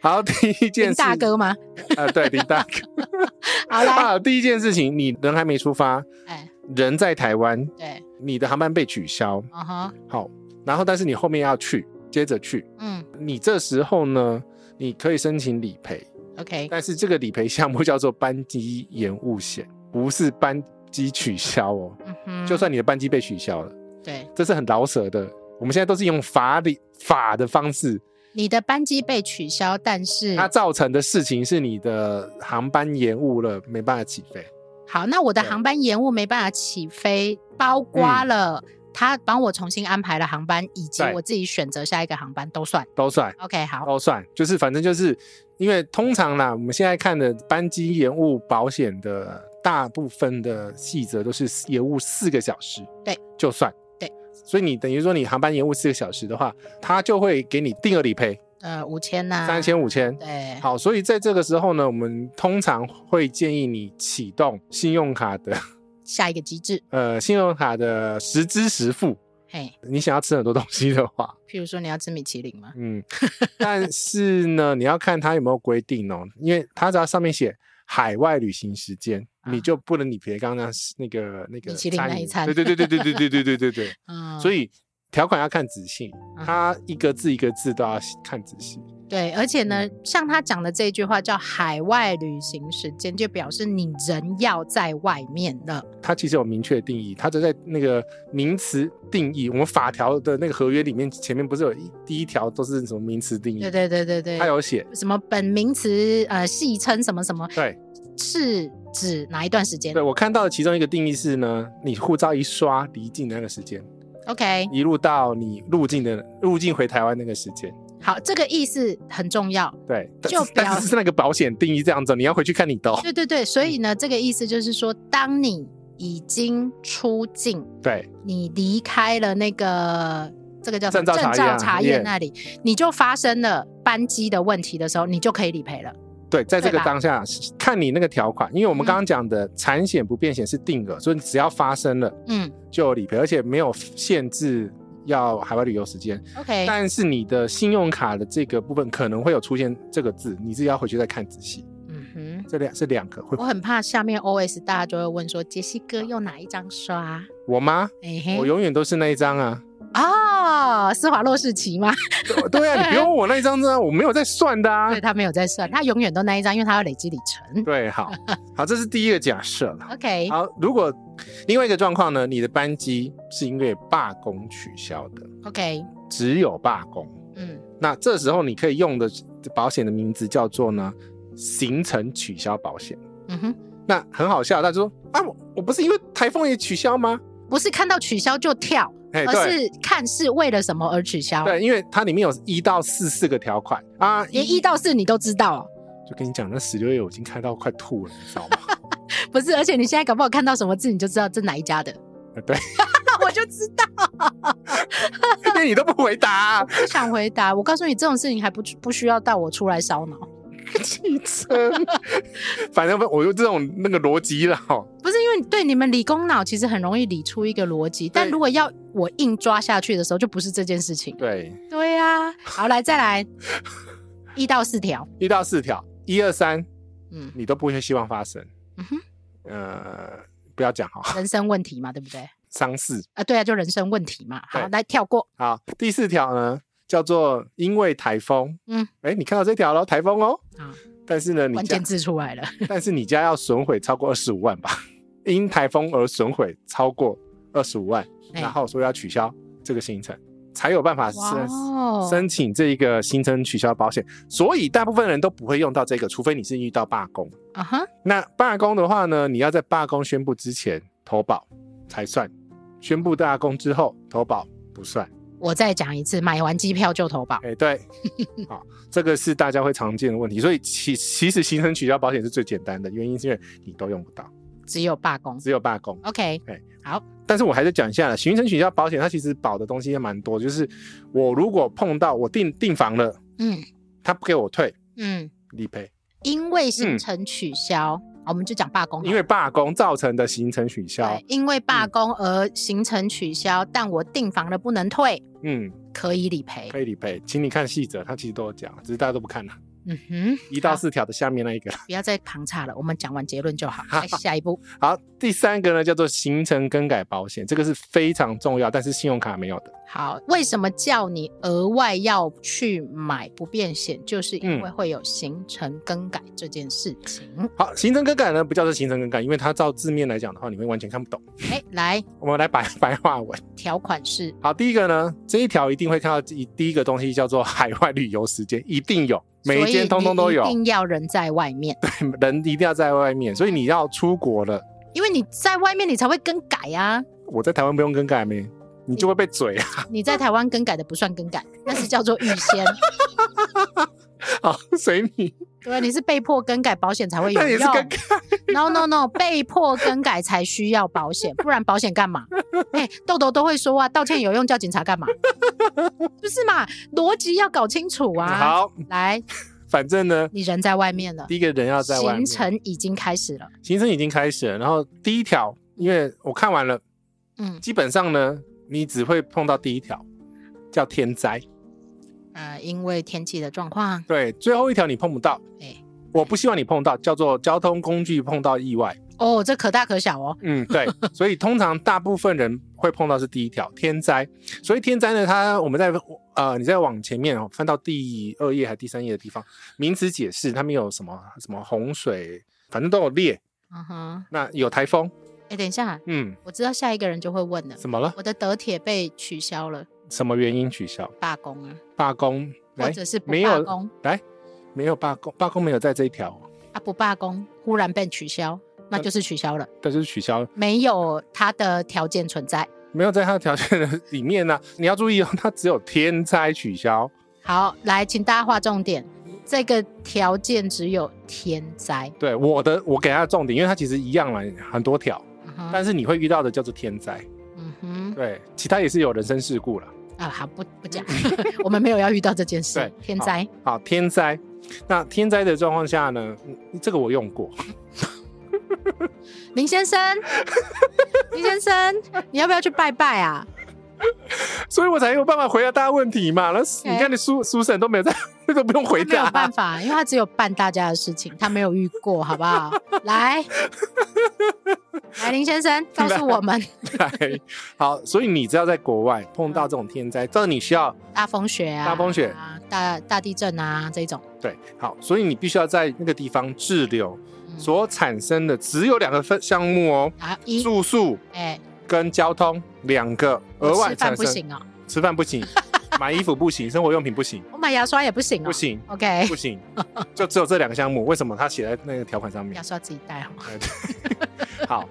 好，第一件
林
事，
大，哥吗？
呃，对，林大哥，
好来
啊，第一件事情，你人还没出发，
哎，
人在台湾，
对，
你的航班被取消，
嗯哼，
好，然后但是你后面要去，接着去，
嗯
你这时候呢，你可以申请理赔，
，OK，
但是这个理赔项目叫做班机延误险，不是班机取消哦。
嗯哼，
就算你的班机被取消了，
对。
这是很老舍的。我们现在都是用法理法的方式，
你的班机被取消，但是
它造成的事情是你的航班延误了，没办法起飞。
好，那我的
对嗯
航班延误没办法起飞，包括了他帮我重新安排了航班，以及
对哦
我自己选择下一个航班都算。
都算
OK，好，
都算，就是反正就是因为通常啦，我们现在看的班机延误保险的大部分的细则都是延误四个小时，
对，
就算
对。
所以你等于说你航班延误四个小时的话，他就会给你定额理赔
呃，五千呐，
三，千五千。
对，
好，所以在这个时候呢，我们通常会建议你启动信用卡的
下一个机制，
呃信用卡的实支实付。
嘿，
你想要吃很多东西的话，
譬如说你要吃米其林吗？
嗯，但是呢，你要看它有没有规定哦，因为它只要上面写海外旅行时间，你
啊
就不能理赔刚刚那个那个
米其林那一
餐
餐
饮对对对对对对对对对对，
嗯，
所以条款要看仔细，
嗯
它一个字一个字都要看仔细。
对，而且呢，
嗯
像他讲的这一句话叫“海外旅行时间”，就表示你人要在外面了。
它其实有明确的定义，它就在那个名词定义，我们法条的那个合约里面前面不是有一第一条都是什么名词定义？
对对对对对，
它嗯有写，
什么本名词呃戏称什么什么，
对
是指哪一段时间
对，我看到的其中一个定义是呢，你护照一刷离境的那个时间。
？OK，
一路到你入境的入境回台湾那个时间，
好，这个意思很重要。
对，但
就是
但
表
是是那个保险定义这样子，你要回去看你的、哦，
对对对，所以呢，这个意思就是说，当你已经出境，
对，
你离开了那个这个叫什么
证照查
证
验
照
啊
查验
验
那里，你就发生了班机的问题的时候，你就可以理赔了。
对，在这
对
个
吧
当下是看你那个条款，因为我们刚刚讲的产险不变险是定额，所以你只要发生了
嗯
就有理赔，而且没有限制要海外旅游时间。
，OK，
但是你的信用卡的这个部分可能会有出现这个字，你自己要回去再看仔细。
嗯哼。
这两是两个会
我，很怕下面 OS 大家就会问说，杰西哥用哪一张刷？
我妈，
哎嘿
我，永远都是那一张啊。
哦，施华洛世奇吗？
对啊，你不用问我那一张呢，我没有在算的啊
对。他没有在算，他永远都那一张，因为他要累积里 程。
对，好好，这是第一个假设了。
OK，
好，如果另外一个状况呢，你的班机是因为罢工取消的，
OK，
只有罢工，
嗯，
那这时候你可以用的保险的名字叫做呢行程取消保险。
嗯哼，
那很好笑，他就说啊，我我不是因为台风也取消吗？
不是看到取消就跳，
哎，
而
对
哦是看是为了什么而取消。
对，因为它里面有一到四四个条款啊，
连一到四你都知道、哦，
就跟你讲，那十六页我已经看到快吐了，你知道吗？
不是？而且你现在搞不好看到什么字，你就知道这哪一家的。
啊对，
那我就知道，
因为你都不回答啊、
不想回答。我告诉你，这种事情还不不需要到我出来烧脑。
汽车， 反正我就这种那个逻辑哦了哈、
不是因为对你们理工脑其实很容易理出一个逻辑，但如果要我硬抓下去的时候，就不是这件事情。
对，
对啊呀、好来再来一到四条，
一到四条，一二三，
嗯
你都不会希望发生。
嗯哼，
呃，不要讲哈，
人生问题嘛，对不对？
伤势。
啊，对啊，就人生问题嘛。好，
对
来跳过。
好，第四条呢，叫做因为台风。
嗯，
哎，你看到这条喽，台风哦。
啊，
但是呢，你
关
家
键，字出来了。
但是你家要损毁超过二十五万吧？ 因台风而损毁超过二十五万，
哎
然后说要取消这个行程，才有办法
哇
申
哦，
申请这一个行程取消保险。所以大部分人都不会用到这个，除非你是遇到罢工。
啊哈，
那罢工的话呢，你要在罢工宣布之前投保才算，宣布罢工之后投保不算。
我再讲一次，买完机票就投保。
哎、对，好，这个是大家会常见的问题。所以其其实行程取消保险是最简单的，原因是因为你都用不到，
只有罢工。
只有罢工。
OK，
但是我还是讲一下了，行程取消保险它其实保的东西也蛮多，就是我如果碰到我订订房了，
嗯
他不给我退
嗯，
理赔，
因为
嗯
行程取消，啊我们就讲罢工好了。
因为罢工造成的行程取消
对，，因为罢
嗯
工而行程取消，但我订房了不能退，
嗯，
可以理赔。
可以理赔，请你看细则，它其实都有讲，只是大家都不看了。
嗯哼，
一到
好
四条的下面那一个。
不要再旁岔了，我们讲完结论就好。来下一步，
好，第三个呢叫做行程更改保险，这个是非常重要，但是信用卡没有的。
好，为什么叫你额外要去买不变险？就是因
嗯
为会有行程更改这件事情。
好，行程更改呢不叫做行程更改，因为它照字面来讲的话，你会完全看不懂。
哎、来，
我们来白 白话文。
条款是
好，第一个呢，这一条一定会看到第第一个东西叫做海外旅游时间，一定有，每一
所以
间通通都有
你一，定要人在外面，
人一定要在外面，所以你要出国了，
因为你在外面你才会更改啊。
我在台湾不用更改没，你就会被嘴啊。
你在台湾更改的不算 更改，那是叫做预先。
好，随你，
对，你是被迫更改保险才会有
那也是
用。
更改。
No No No，被迫更改才需要保险，不然保险干嘛？哎、豆豆都会说啊，道歉有用，叫警察干嘛？不是嘛？逻辑要搞清楚啊！
好，
来，
反正呢，
你人在外面了，
第一个人要在外面
行，程已经开始了。
行程已经开始了。然后第一条，因为我看完了，
嗯，
基本上呢，你只会碰到第一条，叫天灾。
呃，因为天气的状况，
对，最后一条你碰不到，
哎，
我不希望你碰到，叫做交通工具碰到意外。
哦，这可大可小 哦。
嗯，对，所以通常大部分人会碰到是第一条天灾，所以天灾呢，它我们在呃，你再往前面哦，翻到第二页还第三页的地方，名词解释他们有什么什么洪水，反正都有列。
嗯哼，
那有台风，
哎，等一下，
嗯，
我知道下一个人就会问了，
怎么了？
我的德铁被取消了，
什么原因取消？
罢工啊，
罢工？
或
来，
者是不
哎没
罢
有
工，
来，没有罢工，罢工没有在这一条哦，
啊，不罢工，忽然被取消，那就是取消了，
但是取消
没有它的条件存在。
没有在它的条件的里面呢、你要注意哦，它只有天灾取消。
好，来，请大家划重点。这个条件只有天灾，
对我的，我给它的重点，因为它其实一样嘛，很多条，
嗯哼，
但是你会遇到的叫做天灾。
嗯哼
对，其他也是有人身事故了。
啊，好，不不讲， 我们没有要遇到这件事
对，
天灾，
好，天灾，那天灾的状况下呢，嗯这个我用过，
林先生，林先生，你要不要去拜拜啊？
所以我才有办法回答大家问题嘛。那你看，你苏苏婶都没有在， 都不用回
他没有
答
办。法，因为他只有办大家的事情，他没有遇过，好 不好？来，来，林 先生，告诉我们
来，好，所以你只要在国外碰到这种天
嗯
灾，这你需要
大风雪啊，
大风雪
啊，大大地震啊这种，
对，好，所以你必须要在那个地方滞留，
嗯
所产生的只有两个分项目哦，
啊一，
住宿
哎，
跟交通两个额
我
外
吃饭
产
不
生，
行哦，
吃饭不行，买衣服不行，生活用品不行，
我买牙刷也不行哦，
不行。
，OK，
不 行，就只有这两个项目。为什么他写在那个条款上面
牙？刷自己带好吗？
好，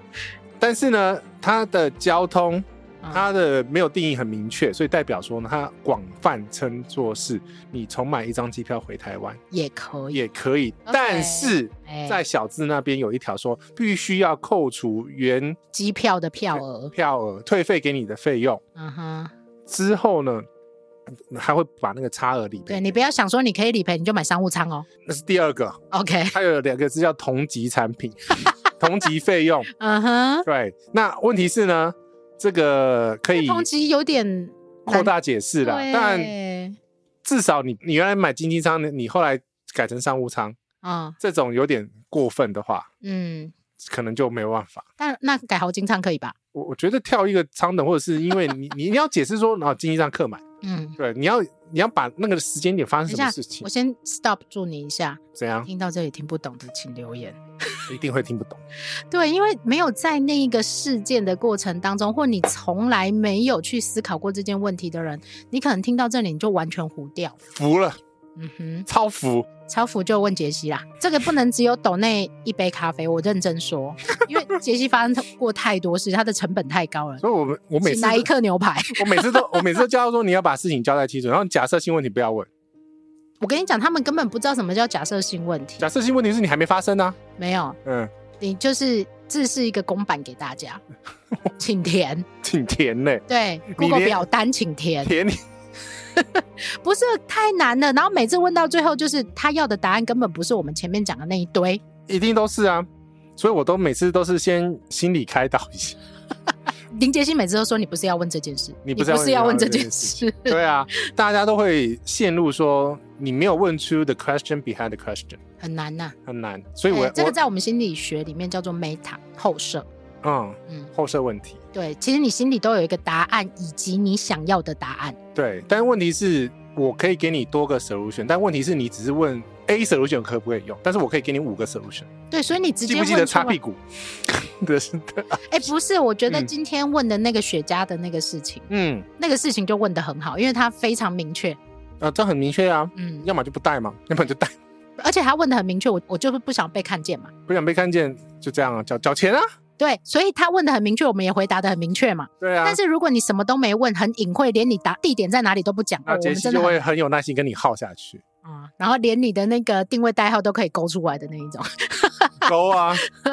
但是呢，它的交通
嗯
它的没有定义很明确，所以代表说呢，它广泛称作是你重买一张机票回台湾
也可以，
也可以，但是
嗯哎，
在小字那边有一条说，必须要扣除原
机票的票额，
票额退费给你的费用
嗯哼，
之后呢，还会把那个差额理赔。
对你不要想说你可以理赔，你就买商务舱哦
那是第二个，
，OK，
它有两个字叫同级产品， 同级费用。
嗯哼，
对，那问题是呢，这个可以
通缉有点
扩大解释啦，
对
但至少你你原来买经济舱，你你后来改成商务舱，
啊，
这种有点过分的话，
嗯。
可能就没有办法。
但那改豪金仓可以吧？
我我觉得跳一个舱等，或者是因为你你你要解释说，啊，经济舱客满，
嗯，
对，你要你要把那个时间点发
等一
生什
下
么事，情
我，先 stop 住你一下。
怎样
听到这里听不懂的，请留言。
一定会听不懂。
对，因为没有在那一个事件的过程当中，或你从来没有去思考过这件问题的人，你可能听到这里你就完全糊掉。
服了，
嗯哼，
超服，
超服就问杰西啦，这个不能只有抖那一杯咖啡，我认 真说，因为杰西发生过太多事，他的成本太高了。
所以我们我每
请
次
来一克牛排。
我每次都我每次都教他说你要把事情交代清楚，然后假设性问题不要问，
我跟你讲，他们根本不知道什么叫假设性问题，
假设性问题是你还没发生啊，
没有，
嗯，
你就是这是一个公版给 大家，请填。
挺甜嘞、
对
你
，Google
连
表单请填，
甜你
不是太难了。然后每次问到最后，就是他要的答案根本不是我们前面讲的那一堆。
一定都是啊，所以我都每次都是先心理开导一 下。
林杰西每次都说你不是要问这件事，
你
不
不是要问
要问
这
这
件
件事。
对啊，大家都会陷入说你没有问出 the question behind the question
很难呐、
很难，所以我、
哎这个
我
在我们心理学里面叫做 meta 后设。
嗯
嗯，
后设问题
对，其实你心里都有一个答案，以及你想要的答案。
对，但问题是我可以给你多个 solution，但问题是你只是问 A solution 可不可以用，但是我可以给你五个 solution，
对，所以你直接
记不
问
记得
出
擦
来
屁股 的是的？
哎、不是，我觉得
嗯
今天问的那个雪茄的那个事情，
嗯
那个事情就问的很好，因为他非常明确。
啊，这很明确啊，
嗯，
要么就不带嘛，要么就带，
而且他问的很明确，我我就是不想被看见嘛。
不想被看见就这样啊，缴缴钱啊，
对，所以他问的很明确，我们也回答的很明确嘛。
对啊
但。是如果你什么都没问，很隐晦，连你答地点在哪里都不讲，哦
那
我
杰
们
西
真
就
的很
会很有耐心跟你耗下去，
啊、然后连你的那个定位代号都可以勾出来的那一种。
勾 啊，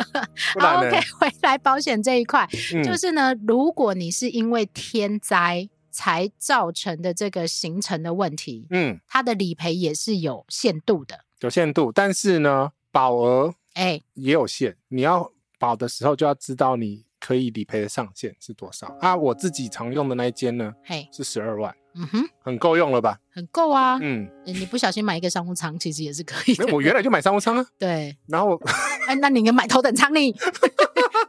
不
好
然呢
哦，OK，？回 来保险这一块，
嗯
就是呢，如果你是因为天灾才造成的这个形成的问题，
嗯，
它的理赔也是有限度的。
有限度，但是呢，保额
哎，
也有限，你要保的时候就要知道你可以理赔的上限是多少啊。我自己常用的那一间呢
嘿，
是十二万，
嗯哼，
很够用了吧？
很够啊。
嗯，
呃你不小心买一个商务舱，其实也是可以
没
的
有。我原来就买商务舱啊，
对，
然后
哎，那你应该买头等舱你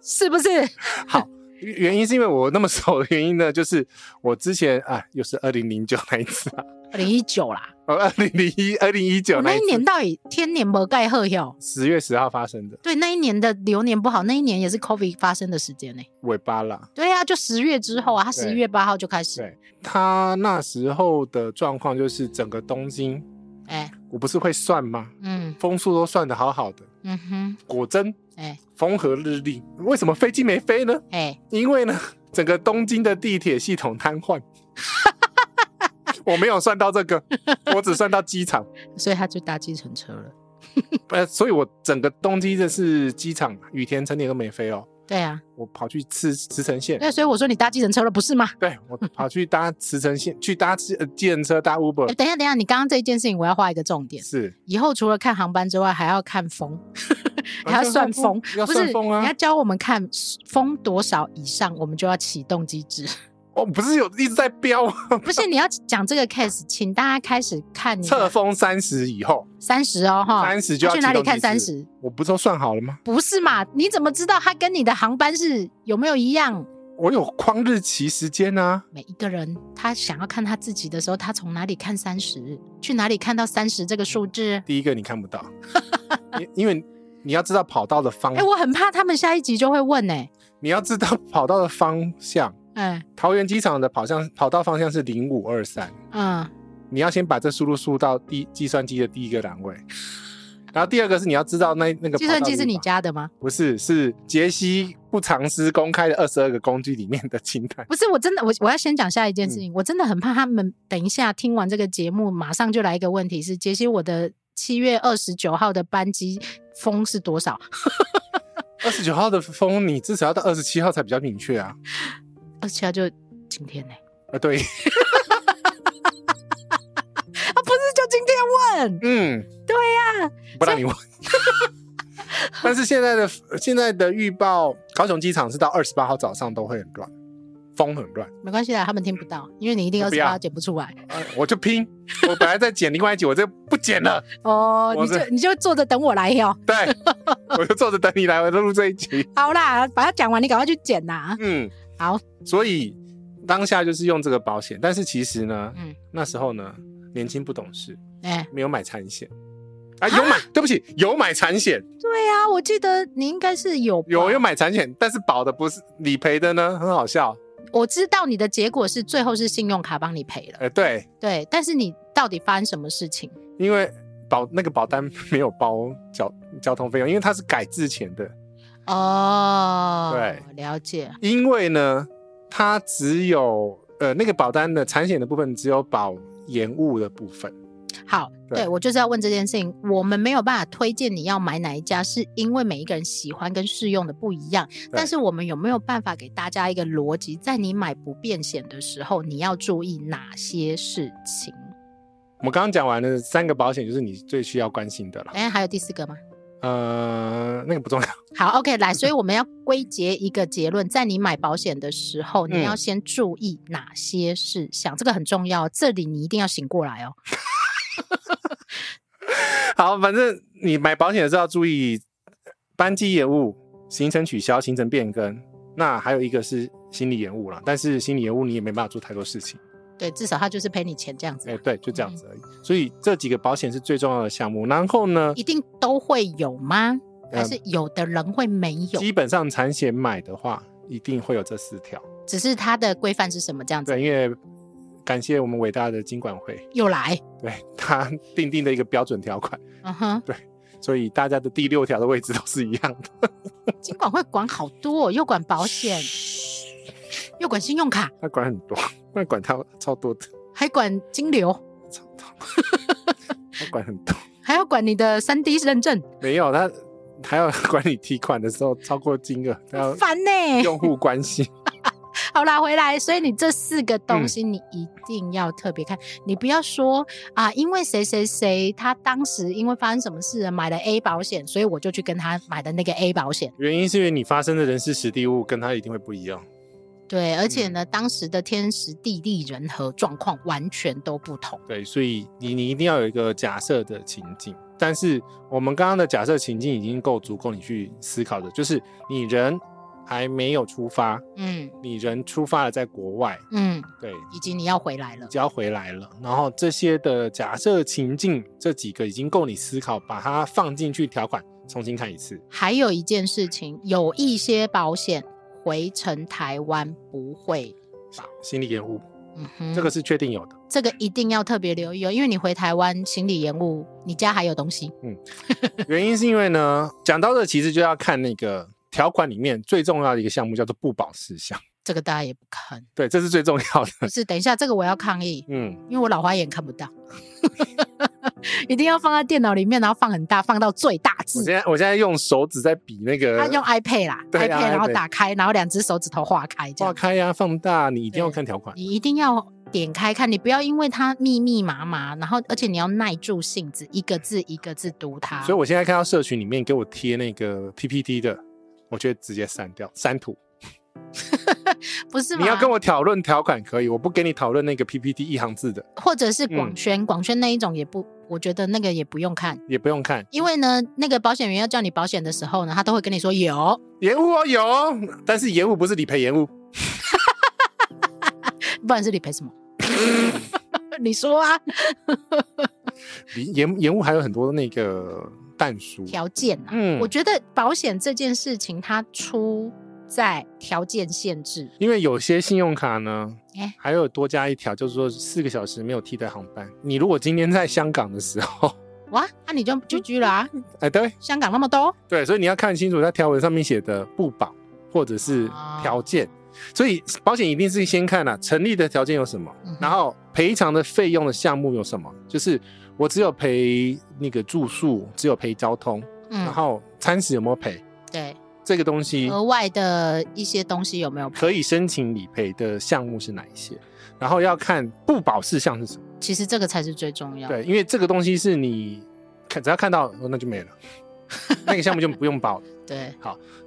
是不是？
原因是因为我那么熟的原因呢，就是我之前啊，又是二零零九那一次啊，
二零一九啦，
呃，二零零一、二零一九
我
那
哦那
一
一
次
年，到底天年没盖贺哟。
十月十号发生的
对，那一年的流年不好，那一年也是 COVID 发生的时间呢、
尾巴啦。
对啊，就十月之后啊，他十
对
一月八号就开始。
对他那时候的状况就是整个东京，
哎，
我不是会算吗？
嗯
风速都算的好好的，
嗯哼，
果真
哎
风和日丽。为什么飞机没飞呢？
哎，
因为呢， 整个东京的地铁系统瘫痪。 我没有算到这个，我只算到机场。
所以他就搭计程车了。
呃，所以我整个东京的是机场，羽田、成田都没飞哦。
对啊，
我跑去吃茨城县，
对，所以我说你搭计程车了，不是吗？
对我跑去搭茨城县，去搭计呃计程车搭
哎
Uber，
等一下，等一下，你刚刚这一件事情，我要画一个重点。
是
以后除了看航班之外，还要看风， 还要算风，，
啊要
不是
算风
你
啊
要！教我们看风多少以上，我们就要启动机 制。
哦，不是有一直在飙吗
不是，你要讲这个 case，请大家开始看你
测风三十以后，
三十哦，哈，
30就要
去哪里
启动
看
机制
三十？
我不是都算好了吗？
不是嘛？你怎么知道它跟你的航班是有没有一样？
我有框日期时间啊，
每一个人他想要看他自己的时候，他从哪里看三十？去哪里看到三十这个数字？
第一个你看不 到，因因为你要知道跑道的方
哎、，我很怕他们下一集就会问呢、
你要知道跑道的方向。
哎、
桃园机场的跑向跑道方向是零五二三，
嗯
你要先把这输入输到第计算机的第一个栏位，然后第二个是你要知道那那个
计算机
跑道
是
密
你
码
家的吗？
不是是杰西不藏私公开的二十二个工具里面的清单。
不是，我真的，我我要先讲下一件
嗯
事情，我真的很怕他们等一下听完这个节目，马上就来一个问题是：杰西，我的七月二十九号的班机风是多少？
二十九号的风，你至少要到二十七号才比较明确啊。
二十七号就今天呢、
啊，对，
啊，不是就今天问。
嗯，
对
呀、不
所
让你问。但是现在的现在的预报，高雄机场是到二十八号早上都会很乱，风很乱。
没关系啦，他们听不到，因为你一定
我
二
嗯不
十
要
八剪不出 来
呃我就拼，我本来在剪另外一集，我这不剪了。
哦。
我
你就是你就坐着等我来哟。
对，我就坐着等你来，我就录这一集。
好啦，把它讲完，你赶快去剪啦。
嗯，
好，
所以当下就是用这个保险，但是其实呢，
嗯
那时候呢，年轻不懂事，
哎、
没有买产险。啊，有买，对不起，有买产险，
对呀、啊，我记得你应该是有吧
有有。买产险，但是保的不是理赔的呢，很好笑。
我知道你的结果是最后是信用卡帮你赔了，
哎、对，
对，但是你到底发生什么事情？
因为保那个保单没有包交交通费用，因为它是改制前的。
哦，
对，
了解，
因为呢，它只有呃那个保单的产险的部分只有保延误的部分。
好，对
对
我就是要问这件事情，我们没有办法推荐你要买哪一家，是因为每一个人喜欢跟适用的不一样。但是我们有没有办法给大家一个逻辑，在你买不变险的时候，你要注意哪些事情？
我们刚刚讲完的三个保险，就是你最需要关心的了。
哎，还有第四个吗？
呃，那个不重要。
好，OK，来，所以我们要归结一个结论，在你买保险的时候，你
嗯
要先注意哪些事项，这个很重要，哦这里你一定要醒过来哦。
好，反正你买保险的时候要注意班机延误、行程取消、行程变更。那还有一个是心理延误了，但是心理延误你也没办法做太多事情。
对，至少他就是赔你钱这样子啊
哎、
嘛，
对，就这样子而已。
嗯
所以这几个保险是最重要的项目。然后呢，
一定都会有吗？还
呃
是有的人会没有？
基本上产险买的话，一定会有这四条。
只是它的规范是什么这样子？
对，因为感谢我们伟大的金管会，
又来，
对他 定定的一个标准条款，
嗯哼，
所以大家的第六条的位置都是一样的。
金管会管好多、哦，又管保险，又管信用卡，
他管很多，那管他超多的，
还管金流。
他管很多。
还要管你的三 D 认证，
没有，他还要 管理提款的时候超过金额，还要
烦呢、
用户关系。
好啦，回来，所以你这四个东西
嗯
你一定要特别看，你不要说啊，因为谁谁谁他当时因为发生什么事了买了 A 保险，所以我就去跟他买的那个 A 保险。
原因是因为你发生的人事实地物跟他一定会不一样。
对，而
嗯
且呢，当时的天时地利人和状况完全都不同。
对，所以你你一定要有一个假设的情境，但是我们刚刚的假设情境已经够足够你去思考的，就是你人还没有出发，
嗯
你人出发了在国外，
嗯，
对，
以及你要回来了。
只要回来了，然后这些的假设情境这几个已经够你思考，把它放进去条款重新看一次。
还有一件事情，有一些保险回程台湾不会，
心理延误，
嗯哼，
这个是确定有的。
这个一定要特别留意哦，因为你回台湾行李延误，你家还有东西。
原因是因为呢， 讲到这其实就要看那个条款里面最重要的一个项目叫做不保事项，
这个大家也不看，
对，这是最重要的。
不是？等一下，这个我要抗议，
嗯，
因为我老花眼看不到， 一定要放在电脑里面，然后放很大，放到最大
我
字。
现在我现在用手指在比那个
他用 iPad 啦
对啊
，iPad 然后
iPad
打开，然后两只手指头划开，这
划
样
开呀、放大，你一定要看条款。
你一定要点开看，你不要因为它密密麻麻，然后而且你要耐住性子，一个字一个字读它。
所以我现在看到社群里面给我贴那个 PPT 的，我觉得直接删掉删图。
不是吗
你要跟我讨论条款可以，我不跟你讨论那个 PPT 一行字的，
或者
嗯
是广宣，广宣那一种也不，我觉得那个也不用看。
也不用看。
因为呢，那个保险员要叫你保险的时候呢，他都会跟你说有，
延误哦，有哦，但是延误不是理赔延误，
不然是理赔什么？ 你说啊，
比延延误还有很多那个淡书。
条件啊，
嗯
我觉得保险这件事情它出在条件限制，
因为有些信用卡呢，
哎
还有多加一条，就是说四个小时没有替代航班。你如果今天在香港的时候，
哇，那、你就居居了啊，
哎，对
香港那么多，
对，所以你要看清楚它条文上面写的不保或者是
哦
条件。所以保险一定是先看啊，成立的条件有什么，
嗯哼
然后赔偿的费用的项目有什么，就是我只有赔那个住宿，只有赔交通，然
嗯，哦
后餐食有没有赔，
对，
这个东西
额外的一些东西有没有赔？
可以申请理赔的项目是哪一些，然后要看不保事项是什么。
其实这个才是最重要。
对，因为这个东西是你看，只要看到哦那就没了， 那个项目就不用报了。
对，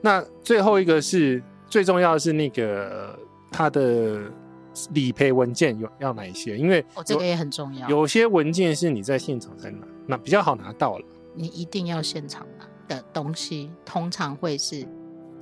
那最后一个是最重要的是那个呃它的理赔文件有要哪一些？因为
哦，这
有
个也很重要，
有些文件是你在现场才拿，那比较好拿到了。
你一定要现场拿的东西，通常会是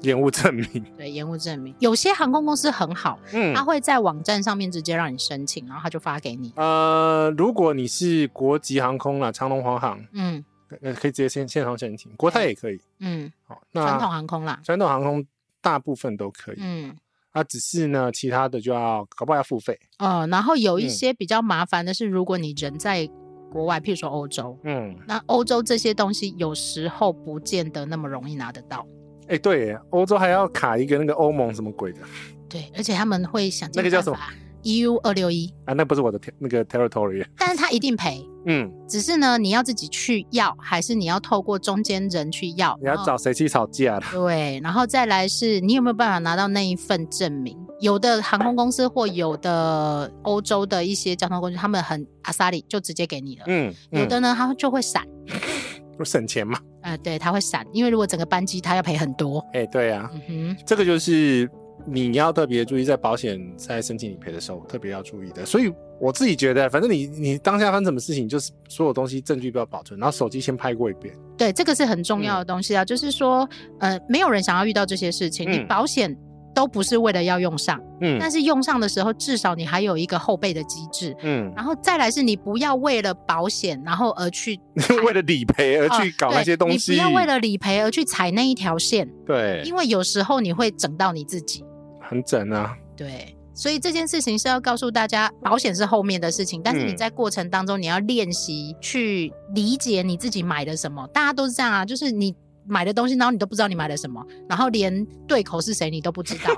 延误证明，
对延误证明。有些航空公司很好，
嗯
他，会在网站上面直接让你申请，然后他就发给你。
呃，如果你是国籍航空啦，长龙、华航，
嗯
呃，可以直接现现场申请，国泰也可以。
嗯，
好，
传统
那
航空啦，
传统航空大部分都可以，
嗯
啊，只是呢，其他的就要搞不好要付费。
哦，然后有一
嗯
些比较麻烦的是，如果你人在国外，譬如说欧洲，
嗯，
那欧洲这些东西有时候不见得那么容易拿得到。
哎、对耶，欧洲还要卡一个那个欧盟什么鬼的
对，而且他们会想尽
那个叫什么
办法 EU 二六一，
啊？那不是我的 ter- 那个 territory。
但是他一定赔。
嗯，
只是呢，你要自己去要，还是你要透过中间人去要？
你要
然后
找谁去吵架啦？
对，然后再来是你有没有办法拿到那一份证明？有的航空公司或有的欧洲的一些交通工具，他们很阿萨里就直接给你了。
嗯，
有的呢，他就会闪，
嗯、省钱嘛。
呃，对，他会闪，因为如果整个班机他要赔很多。
哎、对啊，
嗯哼，
这个就是你要特别注意，在保险在申请理赔的时候特别要注意的。所以我自己觉得，反正你你当下发生什么事情，就是所有东西证据不要保存，然后手机先拍过一遍。
对，这个是很重要的东西啊，就是说，呃，没有人想要遇到这些事情，你
嗯
保险都不是为了要用上，
嗯
但是用上的时候，至少你还有一个后备的机制。
嗯，
然后再来是你不要为了保险，然后而去 啊
为了理赔而去搞那
哦对
些东西，
你不要为了理赔而去踩那一条线，
对，
因为有时候你会整到你自己。
很整啊。
对，所以这件事情是要告诉大家，保险是后面的事情，但是你
嗯
在过程当中，你要练习去理解你自己买的什么。大家都是这样啊，就是你。买的东西，然后你都不知道你买了什么，然后连对口是谁你都不知道，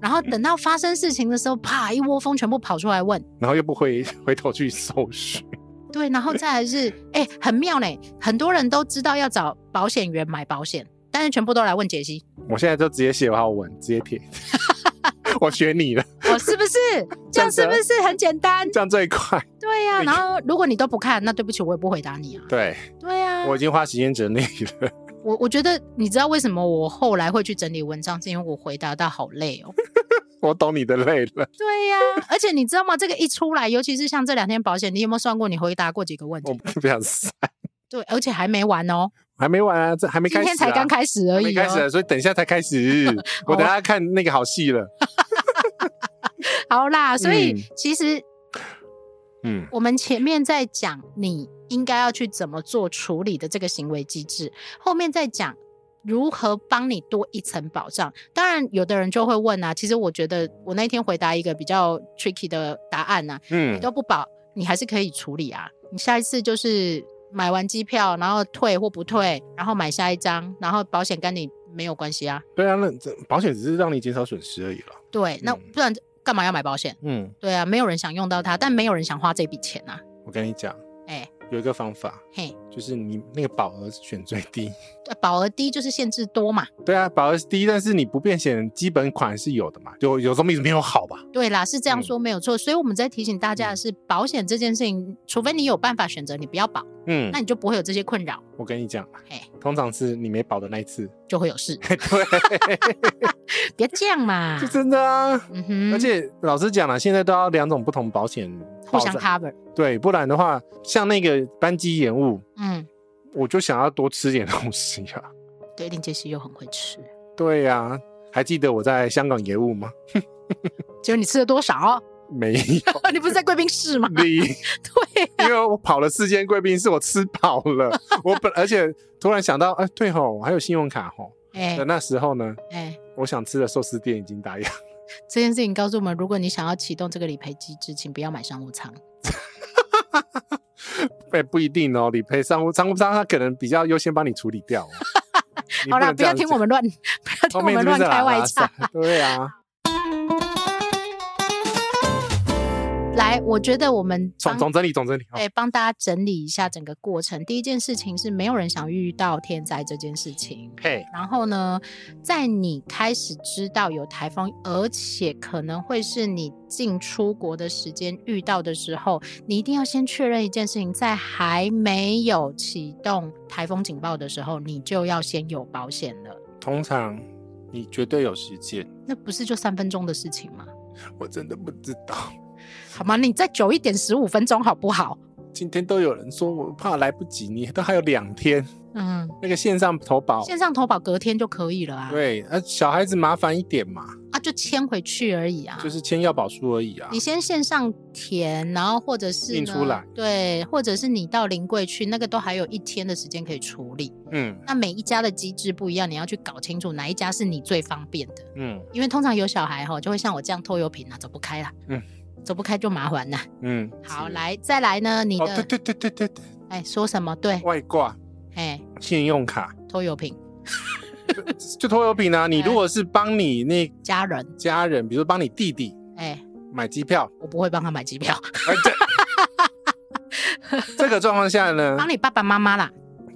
然后等到发生事情的时候，啪，一窝蜂全部跑出来问，
然后又不回回头去搜寻，
对，然后再来是，哎、很妙呢，很多人都知道要找保险员买保险，但是全部都来问杰西，
我现在就直接写好文，直接贴。 我学你了，
我哦是不是？这样是不是很简单？
这样最快。
对呀、然后如果你都不看，那对不起，我也不回答你啊。
对
对呀、
我已经花时间整理了，
我我觉得你知道为什么我后来会去整理文章，是因为我回答到好累 哦。
我懂你的累了。
对呀、而且你知道吗？这个一出来，尤其是像这两天保险，你有没有算过你回答过几个问
我
题？
不想死，
对，而且还没完哦，
还没完啊，这还没
今
开始、啊，
天才刚开始而
还没
已
开始啊、
哦。
所以等一下才开 始。我
啊
等一下看那个好戏了。
好啦，所以
嗯
其实
嗯，
我们前面在讲你应该要去怎么做处理的这个行为机制，后面再讲如何帮你多一层保障。当然，有的人就会问啊，其实我觉得我那天回答一个比较 tricky 的答案呐、啊，
嗯
你都不保，你还是可以处理啊。你下一次就是买完机票，然后退或不退，然后买下一张，然后保险跟你没有关系啊。
对啊，那这保险只是让你减少损失而已了。
对，那
嗯
不然干嘛要买保险？
嗯，
对啊，没有人想用到它，但没有人想花这笔钱啊。
我跟你讲，
哎
有一个方法，
嘿，
就是你那个保额选最低。
呃保额低就是限制多嘛。
对啊，保额是低，但是你不变险基本款是有的嘛，就有总比没有好吧？
对啦，是这样
嗯
说没有错。所以我们在提醒大家的是，保险这件事情，除非你有办法选择你不要保，
嗯
那，你就不会有这些困扰，
我跟你讲
嘿，
通常是你没保的那一 次，
就会有 事。
对，
别这 样嘛
是。真的啊。
嗯哼，
而且老实讲了，现在都要两种不同保险
互
保
相
障，
cover。
对，不然的话，像那个班机延误，
嗯，
我就想要多吃点东西啊。
对，林杰西又很会吃，
对呀、还记得我在香港延误吗？
结果你吃了多少？
没有
你不是在贵宾室吗？
你，因
对
为我跑了四间贵宾室，我吃饱了。我本而且突然想到，哎、对吼，我还有信用卡吼。
哎
那那时候呢，
哎，
我想吃的寿司店已经打烊。
这件事情告诉我们，如果你想要启动这个理赔机制，请不要买商务舱。
哎、不一定哦，理赔商务商务商他可能比较优先帮你处理 掉、哦。你
好啦，
能
不
这
要
样
听我们乱， 不要听
讲
我们乱开外差。。
后面是不是在拉拉萨 对 啊，
来，我觉得我们
总
帮
总整理总整理。哦
对，帮大家整理一下整个过程。第一件事情是没有人想遇到天灾这件事情。
嘿，
然后呢，在你开始知道有台风，而且可能会是你进出国的时间遇到的时候，你一定要先确认一件事情：在还没有启动台风警报的时候，你就要先有保险了。
通常你绝对有时间，
那不是就三分钟的事情吗？
我真的不知道。
好吗？你再久一点，十五分钟好不好？
今天都有人说我怕来不及，你都还有两天。
嗯，
那个线上投保，
线上投保隔天就可以了啊，
对，啊，小孩子麻烦一点嘛，
啊，就签回去而已啊，
就是签要保书而已啊
你。先线上填，然后或者是
印
呢
出来，
对，或者是你到临柜去，那个都还有一天的时间可以处理。
嗯
那每一家的机制不一样，你要去搞清楚哪一家是你最方便的，
嗯
因为通常有小孩哈，就会像我这样拖油瓶啊，走不开啦，
嗯，
走不开就麻烦啦。
嗯。
好，
是。
来再来呢，你
哦，
的
对对对对对对，
哎、说什么？对，
外挂
哎，
信用 卡
拖油瓶，
就拖油瓶啊。你
哎
如果是帮你那
家人，
家人，比如说帮你弟弟
哎，
买机 票，
我不会帮他买机票，
而且这个状况下呢，
帮你爸爸妈妈啦，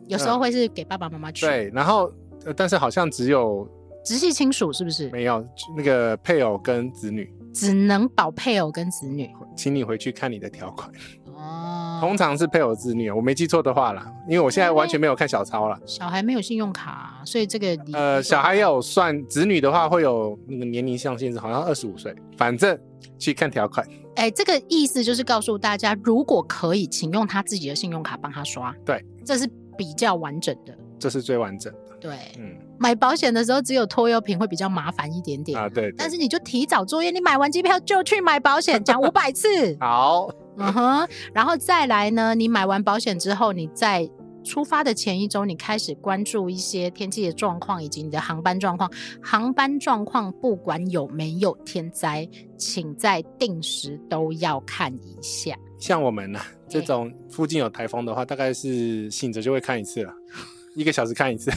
有时候
嗯
会是给爸爸妈妈去，
对，然后呃但是好像只有
直系亲属是不是？
没有那个配偶跟子女，
只能保配偶跟子女。
请你回去看你的条款，
哦，
通常是配偶子女，我没记错的话啦，因为我现在完全没有看小抄啦。
小孩没有信用卡、所以这个理
呃，小孩要有算子女的话，会有那个年龄上限制，好像二十五岁，反正去看条款。
哎、这个意思就是告诉大家，如果可以，请用他自己的信用卡帮他刷。
对，
这是比较完整的。
这是最完整的，
对，
嗯
买保险的时候只有拖油瓶会比较麻烦一点点。
啊，对，对，
但是你就提早作业，你买完机票就去买保险，讲五百次
好，
嗯哼，然后再来呢，你买完保险之后，你在出发的前一周，你开始关注一些天气的状况以及你的航班状况。航班状况不管有没有天灾，请在定时都要看一下。
像我们呢、这种附近有台风的话，大概是醒着就会看一次了，一个小时看一 次。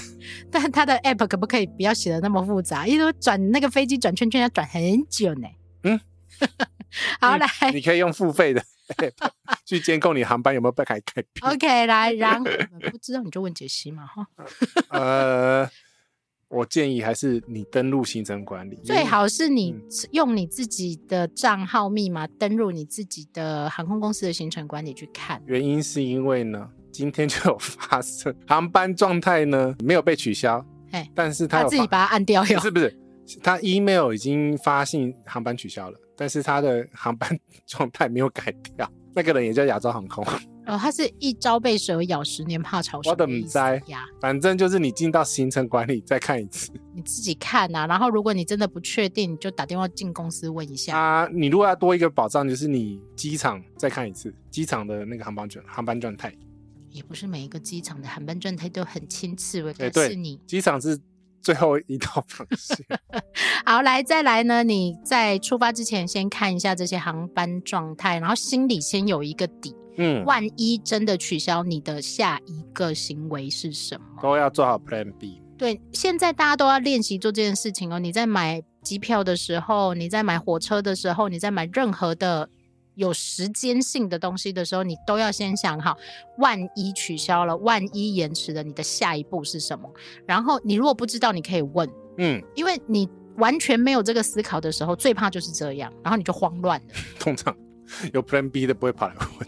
但它的 app 可不可以不要写的那么复杂？因为我转那个飞机转圈圈要转很久呢。
嗯，
好
嗯
来，
你可以用付费的， app 去监控你航班有没有被改改变。
OK，来，然后 你们不知道你就问杰西嘛哈，
呃，我建议还是你登录行程管理
最。好是你
嗯
用你自己的账号密码登入你自己的航空公司的行程管理去看。
原因是因为呢，今天就有发生航班状态呢没有被取消
嘿，
但是他
他
有
自己
发
把它按掉
不
哟。
是不是，他 email 已经发信航班取消了，但是他的航班状态没有改掉。 那个人也叫亚洲航空，
哦，他是一朝被蛇咬，十年怕草绳
我的
的意思
不知
呀。
反正就是你进到行程管理再看一次
你自己看啊，然后如果你真的不确定，你就打电话进公司问一下。
啊。你如果要多一个保障，就是你机场再看一次机场的那个航班状航班状态。
也不是每一个机场的航班状态都很亲切，我
哎
感
对
谢你。
机场是最后一道防 线。
好，来再来呢，你在出发之前先看一下这些航班状态，然后心里先有一个底，
嗯，
万一真的取消，你的下一个行为是什么？
都要做好 Plan B。
对，现在大家都要练习做这件事情哦。你在买机票的时候，你在买火车的时候，你在买任何的有时间性的东西的时候，你都要先想好，万一取消了，万一延迟了，你的下一步是什么？然后你如果不知道，你可以问，
嗯，
因为你完全没有这个思考的时候，最怕就是这样，然后你就慌乱了。
通常有 Plan B 的不会跑来问。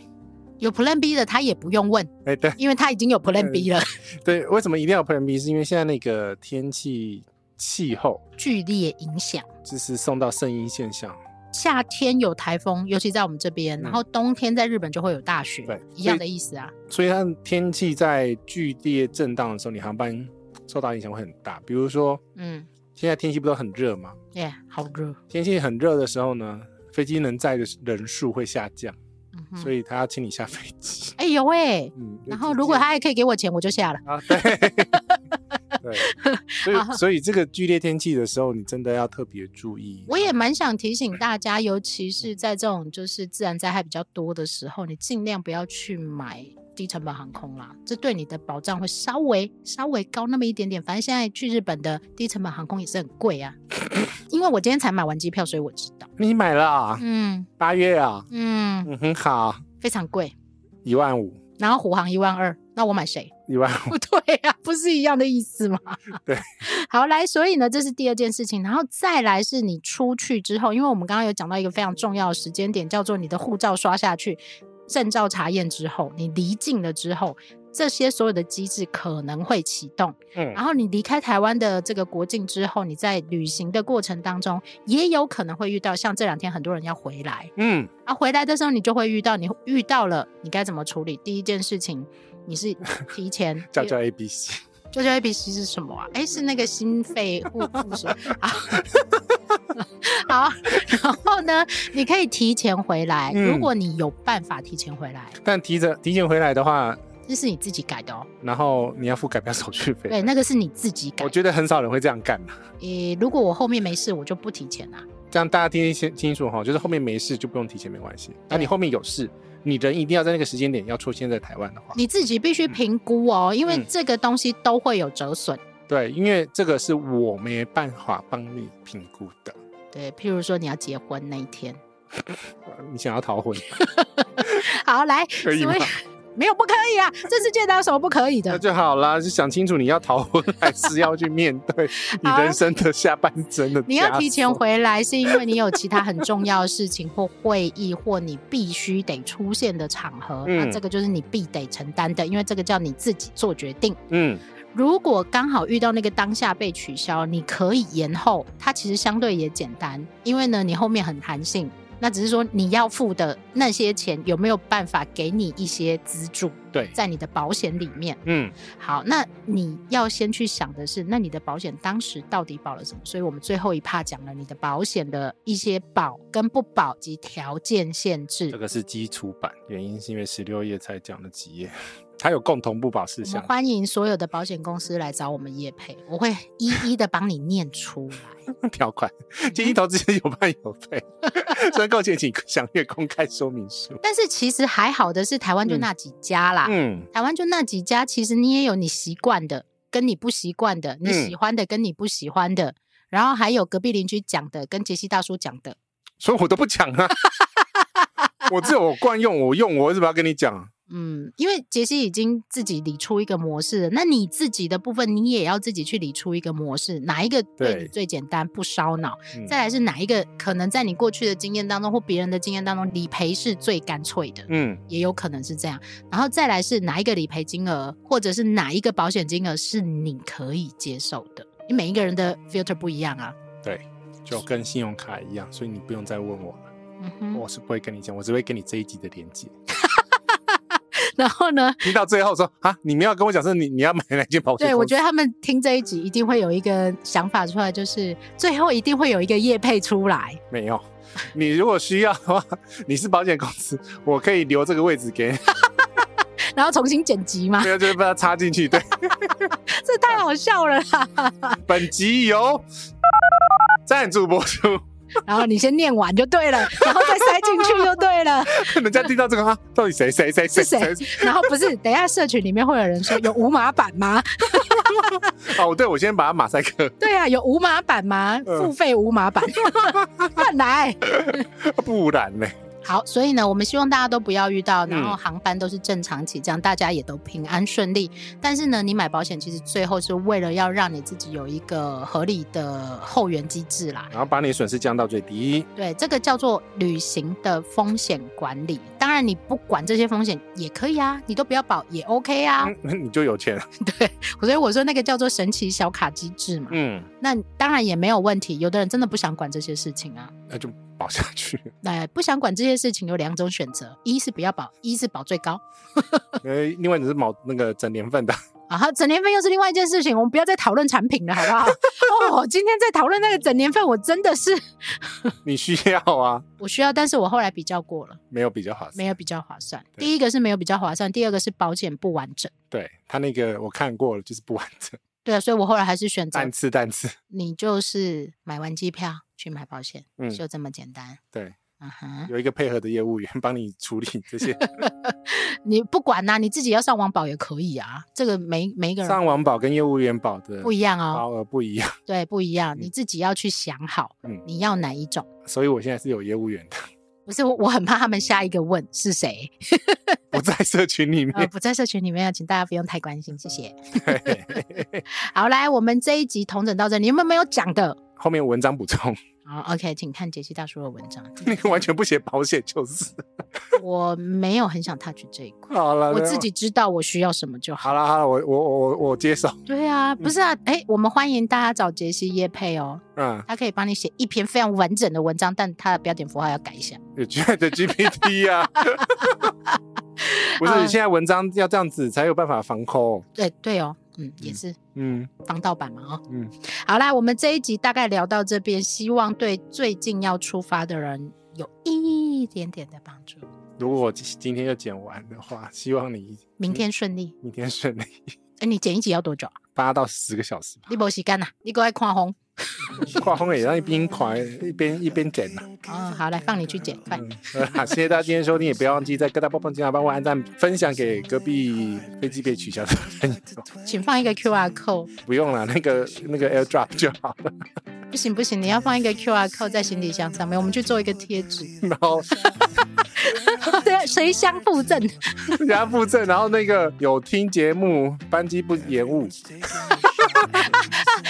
有 Plan B 的，他也不用问，
哎、对
因为他已经有 Plan B 了。
对，为什么一定要有 Plan B？是因为现在那个天气气候
剧烈影响。
就是送到圣婴现象。
夏天有台风，尤其在我们这边，
嗯
然后冬天在日本就会有大雪，
对
一样的意思啊。
所以它天气在剧烈震荡的时候，你航班受到影响会很大。比如说，
嗯，
现在天气不都很热吗？
耶、好热，
天气很热的时候呢，飞机能载的人数会下降，
嗯哼，
所以他要请你下飞机。
哎呦喂、
嗯，
然后如果他还可以给我钱，我就下了。
啊，对，对， 所以所以这个剧烈天气的时候，你真的要特别注意。
我也蛮想提醒大家，尤其是在这种就是自然灾害比较多的时候，你尽量不要去买低成本航空啦，这对你的保障会稍微稍微高那么一点点。反正现在去日本的低成本航空也是很贵啊，因为我今天才买完机票，所以我知道。
你买了啊，
嗯
八月啊，
嗯，
嗯，很好，
非常贵。
一万五，
然后虎航一万二，那我 买谁？
一万
不对呀、不是一样的意思吗？
对，
好来，所以呢，这是第二件事情，然后再来是你出去之后，因为我们刚刚有讲到一个非常重要的时间点，叫做你的护照刷下去，证照查验之后，你离境了之后。这些所有的机制可能会启动，
嗯
然后你离开台湾的这个国境之后，你在旅行的过程当中，也有可能会遇到像这两天很多人要回来，
嗯，
啊，回来的时候你就会遇到，你遇到了，你该怎么处理？第一件事情，你 是提前
叫叫 A B C，
就叫 A B C 是什么啊？哎，是那个心肺 护肤什么？好，好，然后呢，你可以提前回来，如
嗯
果你有办法提前回来，
但提着提前回来的话，
这是你自己改的哦。
然后你要付改票手续费。
对，那个是你自己改
我。觉得很少人会这样干的。
诶，如果我后面没事，我就不提前啦、
这样大家听清清楚哈，就是后面没事就不用提前没关系。那你
对
后面有事，你人一定要在那个时间点要出现在台湾的话，
你自己必须评估哦，因为
嗯
这个东西都会有折损。
对，因为这个是我没办法帮你评估的。
对，譬如说你要结婚那一天，
呃你想要逃婚，
好来，
可以吗
所以没有不可以啊，这世界哪有什么不可以
那
的？
就好啦，就想清楚你要逃婚还是要去面对你
好啊
人生的下半生的。
你要提前，回来，是因为你有其他很重要的事情或会议，或你必须得出现的场合，那
嗯
这个就是你必得承担的，因为这个叫你自己做决定。
嗯，
如果刚好遇到那个当下被取消，你可以延后，它其实相对也简单，因为呢，你后面很弹性。那只是说你要付的那些钱有没有办法给你一些资助，
对，
在你的保险里面。
嗯，
好，那你要先去想的是，那你的保险当时到底保了什么？所以我们最后一趴讲了你的保险的一些保跟不保及条件限
这
制。
个是基础版，原因是因为十六页才讲了几页，它有共同不保事
我们
项。
欢迎所有的保险公司来找我们叶配，我会一一的帮你念出来。
条款，
嗯
基金投资有办有费，申购前请详阅公开说明 书。
但是其实还好的是，台湾就那几家啦，
嗯，
台湾就那几家，其实你也有你习惯的，跟你不习惯的，你
嗯
喜欢的跟你不喜欢的，然后还有隔壁邻居讲的，跟杰西大叔讲的。
所以我都不讲啊， 我这我惯用，我用我为什么要跟你讲？
嗯，因为杰西已经自己理出一个模式了，那你自己的部分，你也要自己去理出一个模式，哪一个对你
对
最简单，不烧脑？
嗯
再来是哪一个可能在你过去的经验当中或别人的经验当中，理赔是最干脆的，
嗯，
也有可能是这样。然后再来是哪一个理赔金额，或者是哪一个保险金额是你可以接受的？因为每一个人的 filter 不一样啊。
就跟信用卡一样，所以你不用再问我了，
嗯哼，
我是不会跟你讲，我只会给你这一集的连接。
然后呢？
听到最后说啊，你们要跟我讲说你你要买哪件保险？
对，我觉
得
得他们听这一集一定会有一个想法出来，就是最后一定会有一个业配出来。
没有。你如果需要的话，你是保险公司，我可以留这个位置给你，
然后重新剪辑 吗
不？要就是把它插进去。 对，
这太好笑了 啦！
本集由赞助播出，
然后你先念完就对了，然后再塞进去就 对了。
人家听到这个啊，到底谁谁谁谁
是谁？然后不是，等一下社群里面会有人说有无码版吗？
哦，对，我先把它马赛克，
对啊，有无码版吗？
嗯
付费无 码版，乱来。
啊不然呢？
好，所以呢，我们希望大家都不要遇到，然后
嗯
航班都是正常起降，大家也都平安顺利。但是呢，你买保险其实最后是为了要让你自己有一个合理的后援机制啦。
然后把你损失降到最低。
对，这个叫做旅行的风险管理。当然，你不管这些风险也可以啊，你都不要保也 OK 啊。
嗯，你就有钱了。
所以我说那个叫做神奇小卡机制嘛。
嗯，
那当然也没有问题，有的人真的不想管这些事情啊。
那就保下去。
那不想管这些事情有两种选择，一是不要保，一是保最高。
呃，另外你是毛那个整年份的，
啊，好整年份又是另外一件事情，我们不要再讨论产品了，好不 好？哦，今天在讨论那个整年份，我真的是
你需要啊，
我需要，但是我后来比较过了，
没有比较好吃。
没有比较划算。
对
第一个是没有比较划算，第二个是保险不完整。
对他那个我看过了，就是不完 整，
对啊，所以我后来还是选择
单次单次。
你就是买完机票去买保险，
嗯
就这么简单。
对，
嗯哼，
有一个配合的业务员帮你处理这 些
你不管呐、你自己要上网保也可以啊，这个每每一个人
上网保跟业务员保的
不一样哦，
保额不一样，
对，不一样，
嗯
你自己要去想好，
嗯
你要哪一种。
所以我现在是有业务员的，
不是我，我很怕他们下一个问是谁。
不在社群 里
呃，
面。
不在社群里面，请大家不用太关心，谢谢。好，来，我们这一集同整到这里，你们有没有讲的？
后面文章补充，
好，OK，请看杰西大叔的文章。
那个完全不写保险就是。
我没有很想 touch 这一块，
好哦了，啊
我自己知道我需要什么就好。
好了好了，我我我我我接受。
对啊，不是啊，哎、我们欢迎大家找杰西叶配哦，
嗯，
他可以帮你写一篇非常完整的文章，但他的标点符号要改一下。
有 Chat GPT 啊。 不是，
嗯
现在文章要这样子才有办法防抠。
对对哦，嗯，也是。
嗯，
防盗版嘛，哦，
嗯，
好啦，我们这一集大概聊到这边，希望对最近要出发的人有一点点的帮助。
如果我今天就剪完的话，希望你
明天顺利。
明天顺利，
哎、你剪一集要多久啊？
八到十个小时吧。
你没时间呐、你过来看啊红。
跨风也让一边跨一边一边剪呐、
嗯，好，来放你去剪，快。
嗯，好，谢谢大家今天收听，也不要忘记在各大播放平台帮我按赞、分享给隔壁飞机被取消的朋友。
请放一个 QR code，
不用了，那个那个 AirDrop 就好了。
不行不行，你要放一个 QR code 在行李箱上面，我们去做一个贴纸，
然后
对，随箱附赠。
加附赠，然后那个有听节目，班机不延误。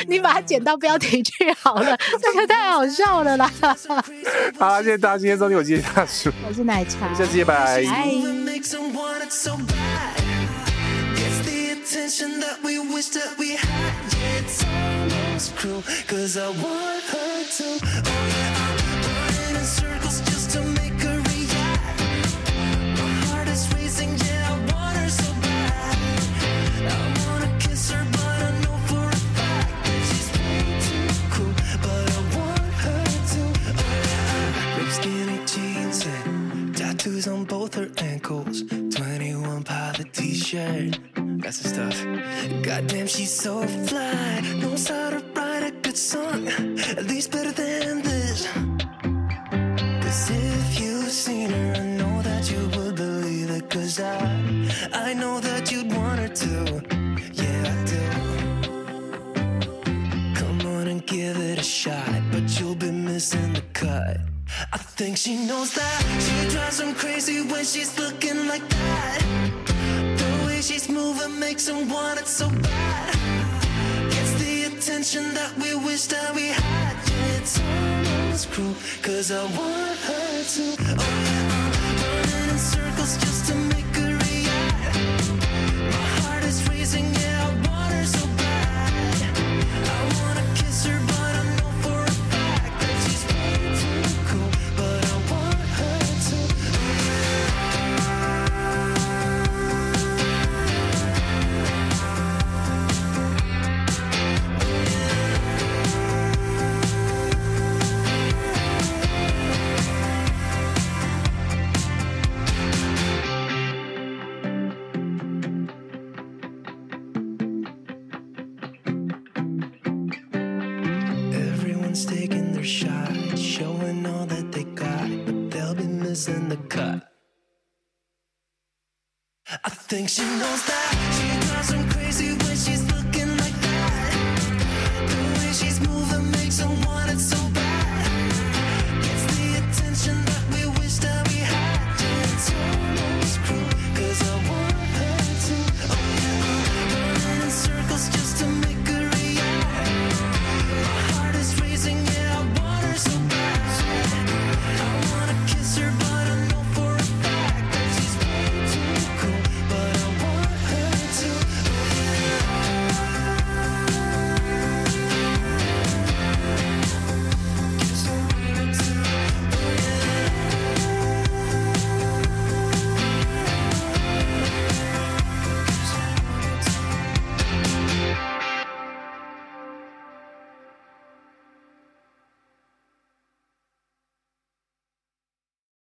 你把它剪到标题去好 了，这个太好笑了啦！
好啦，谢谢大家今天收听，我是大叔，
我是奶茶，
下次见，拜。
拜。
What makes them want it so bad? It's the attention that we wish that we had. Yeah, it's almost cruel, cause I want her to. Oh, yeah, I'm running in circles just to make her react. My heart is racing, yeah, I want her so bad. I wanna kiss her, but I know for a fact that she's way too cool. But I want her to. Oh, yeah, I'm Ripped skinny jeans and tattoos on both her ankles. 21 pilot t shirt. That's the stuff. Goddamn, she's so fly. Knows how to write a good song. At least better than this. Cause if you've seen her, I know that you would believe it. Cause I, I know that you'd want her to. Yeah, I do. Come on and give it a shot, but you'll be missing the cut. I think she knows that. She drives him crazy when she's looking like that. The way she's moving makes him want it so bad. Gets the attention that we wish that we had. Yeah, it's almost cruel, cause I want her to. Oh, yeah, I'm running in circles just to make her react. My heart is racing, yeah, I want her so bad. I wanna kiss her, but I know for a fact that she's way too cool. But I want her to. Everyone's taking their shot, showing all that they got, but they'll be missing the cut. I think she knows that. She oh